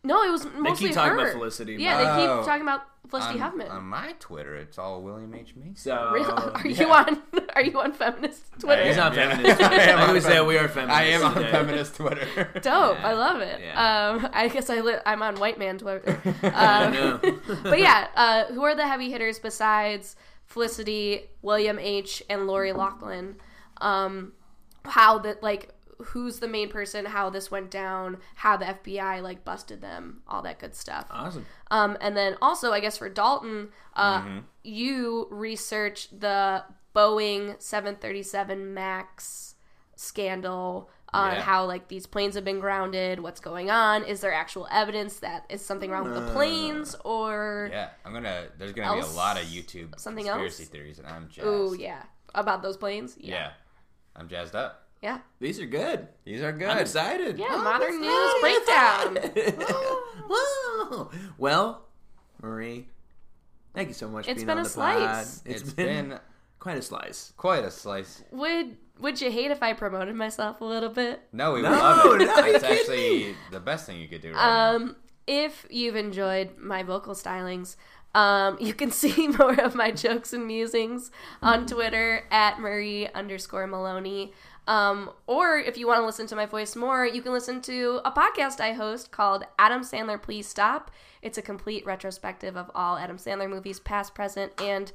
S3: No, it was mostly
S1: talking
S3: her.
S1: about Felicity,
S3: Yeah, they
S2: but-
S3: keep talking about Felicity
S2: On,
S3: Huffman.
S2: on my Twitter, it's all William H. Macy.
S1: So
S3: Really? Are
S1: Oh, yeah.
S3: you on? Are you on feminist Twitter?
S1: He's not
S2: Yeah.
S1: feminist.
S2: I am
S1: I
S2: on
S1: would say
S2: fem-
S1: we are feminist.
S2: I am on
S1: today.
S2: feminist Twitter.
S3: Dope.
S1: Yeah.
S3: I love it.
S1: Yeah.
S3: Um, I guess I li- I'm on white man Twitter.
S1: I
S3: Um,
S1: know.
S3: but yeah, uh, who are the heavy hitters besides Felicity, William H, and Lori Loughlin? Um, how that like who's the main person? How this went down? How the FBI like busted them? All that good stuff.
S1: Awesome.
S3: Um, and then also, I guess for Dalton, uh,
S2: Mm-hmm.
S3: you research the Boeing 737 MAX scandal on
S2: Yeah.
S3: how like these planes have been grounded, what's going on, is there actual evidence that is something wrong with the planes or
S2: Uh, Yeah, I'm gonna. There's gonna be
S3: Else?
S2: a lot of YouTube
S3: Something
S2: conspiracy
S3: else?
S2: theories, and I'm jazzed.
S3: ooh yeah about those planes
S2: yeah. I'm jazzed up.
S3: yeah
S1: These are good.
S2: These are good.
S1: I'm excited. Oh,
S3: yeah, modern news
S1: that's
S3: breakdown.
S1: Whoa. Well, Marie, thank you so much. for
S3: It's
S1: being
S3: been
S1: on
S3: a
S1: the
S3: slice.
S1: Pod.
S2: it's been
S1: quite a slice.
S2: quite a slice.
S3: Would would you hate if I promoted myself a little bit?
S2: No, we
S1: No,
S2: love it.
S1: no, are you
S2: it's
S1: kidding
S2: actually the best thing you could do right
S3: Um, if you've enjoyed my vocal stylings, um, you can see more of my jokes and musings on Twitter at Marie underscore Maloney. Um, or if you want to listen to my voice more, you can listen to a podcast I host called Adam Sandler Please Stop. It's a complete retrospective of all Adam Sandler movies, past, present, and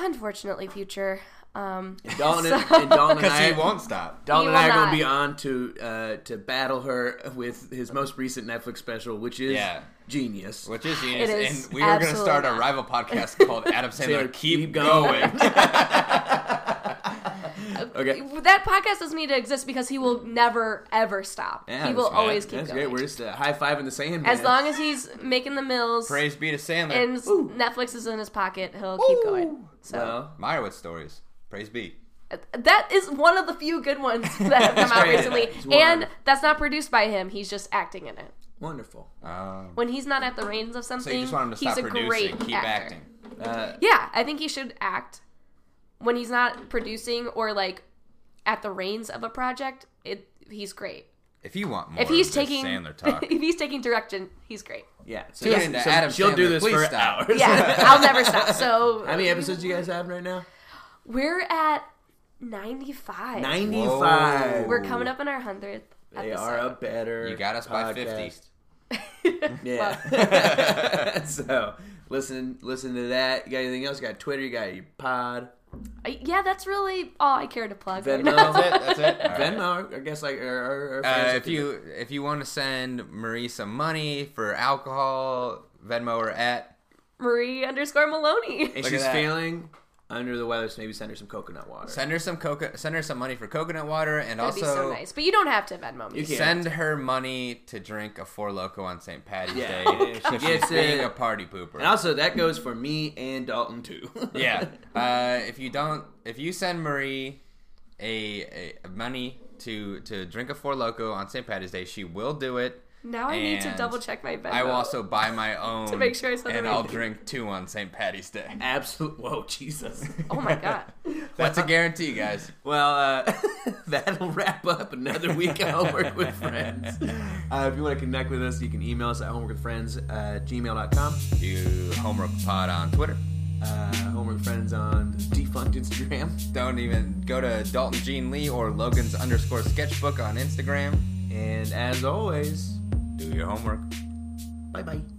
S3: unfortunately future. Um,
S1: Dalton and, and Dalton and
S2: now.
S1: I
S2: Because he won't stop.
S1: Dalton
S3: He
S1: and I
S3: will
S1: are going to
S3: not.
S1: be on to uh, to battle her with his most recent Netflix special, which is
S2: Yeah.
S1: genius.
S2: Which is genius.
S3: It is
S2: and we were going to
S3: absolutely
S2: start a
S3: not.
S2: rival podcast called Adam Sandler
S1: Sandler,
S2: Keep,
S1: keep
S2: Going.
S1: going. okay.
S3: that podcast doesn't need to exist because he will never, ever stop.
S1: Yeah,
S3: he will
S1: that's-
S3: always keep
S1: That's
S3: going.
S1: great. We're just uh, high five in the sand.
S3: As long as he's making the mills
S2: Praise be to Sandler.
S3: and s- Netflix is in his pocket, he'll keep going. So uh,
S1: well,
S2: Meyerowitz stories. Praise be.
S3: that is one of the few good ones that have come out
S1: great.
S3: recently.
S1: It's
S3: And
S1: wonderful.
S3: that's not produced by him. He's just acting in it.
S1: wonderful.
S2: Um,
S3: When he's not at the reins of
S2: so
S3: something,
S2: you just want him to
S3: he's
S2: stop
S3: a
S2: producing,
S3: great
S2: keep
S3: actor.
S2: acting.
S1: Uh,
S3: Yeah, I think he should act when he's not producing or like at the reins of a project. It he's great.
S2: If you want more,
S3: If he's
S2: of this
S3: taking
S2: Sandler talk,
S3: if he's taking direction, he's great.
S1: Yeah. So
S2: Tune
S1: yes,
S2: into Adam
S1: She'll do
S2: Sandler.
S1: this
S2: Please
S1: for
S2: stop.
S1: hours.
S3: Yeah, I'll never stop. So
S1: How many episodes do you guys have right now?
S3: We're at ninety five.
S1: 95.
S3: We're coming up on our hundredth.
S1: They are a better.
S2: you got us by fifty.
S1: podcast. Yeah. so listen, listen to that. You got anything else? You got Twitter. You got your pod.
S3: yeah, that's really all I care to plug. right
S1: Venmo.
S3: now.
S2: That's it. That's it. All right.
S1: Venmo. I guess like our, our, our friends
S2: Uh,
S1: with
S2: if
S1: the-
S2: you if you want to send Marie some money for alcohol, Venmo or at
S3: Marie underscore Maloney.
S1: and
S2: Look at
S1: she's
S2: that.
S1: feeling under the weather, so maybe send her some coconut water.
S2: send her some coco- send her some money for coconut water, and
S3: That'd
S2: also
S3: be so nice. But you don't have to Venmo me.
S1: You can.
S2: send her money to drink a four loco on St. Patty's
S1: Yeah.
S2: Day.
S1: Yeah,
S2: if
S1: she
S2: she's
S1: gets
S2: being
S1: it.
S2: a party pooper.
S1: and also that goes for me and Dalton too.
S2: yeah. Uh, if you don't, if you send Marie a, a money to to drink a four loco on St. Patty's Day, she will do it.
S3: Now I need to
S2: And
S3: double check my Venmo.
S2: I will also buy my own
S3: To make sure I send
S2: and
S3: the right
S2: I'll
S3: thing.
S2: drink two on St. Patty's Day.
S1: Absolute. Whoa, Jesus.
S3: Oh my god.
S2: That's a guarantee, guys.
S1: Well, uh, that'll wrap up another week of Homework with Friends. Uh, if you want to connect with us, you can email us at homeworkwithfriends uh, at gmail.com.
S2: Do homework pod on Twitter.
S1: Uh, homework with Friends on defunct Instagram.
S2: Don't even go to Dalton Gene Lee or Logan's underscore sketchbook on Instagram.
S1: And as always,
S2: Do your homework.
S1: bye bye.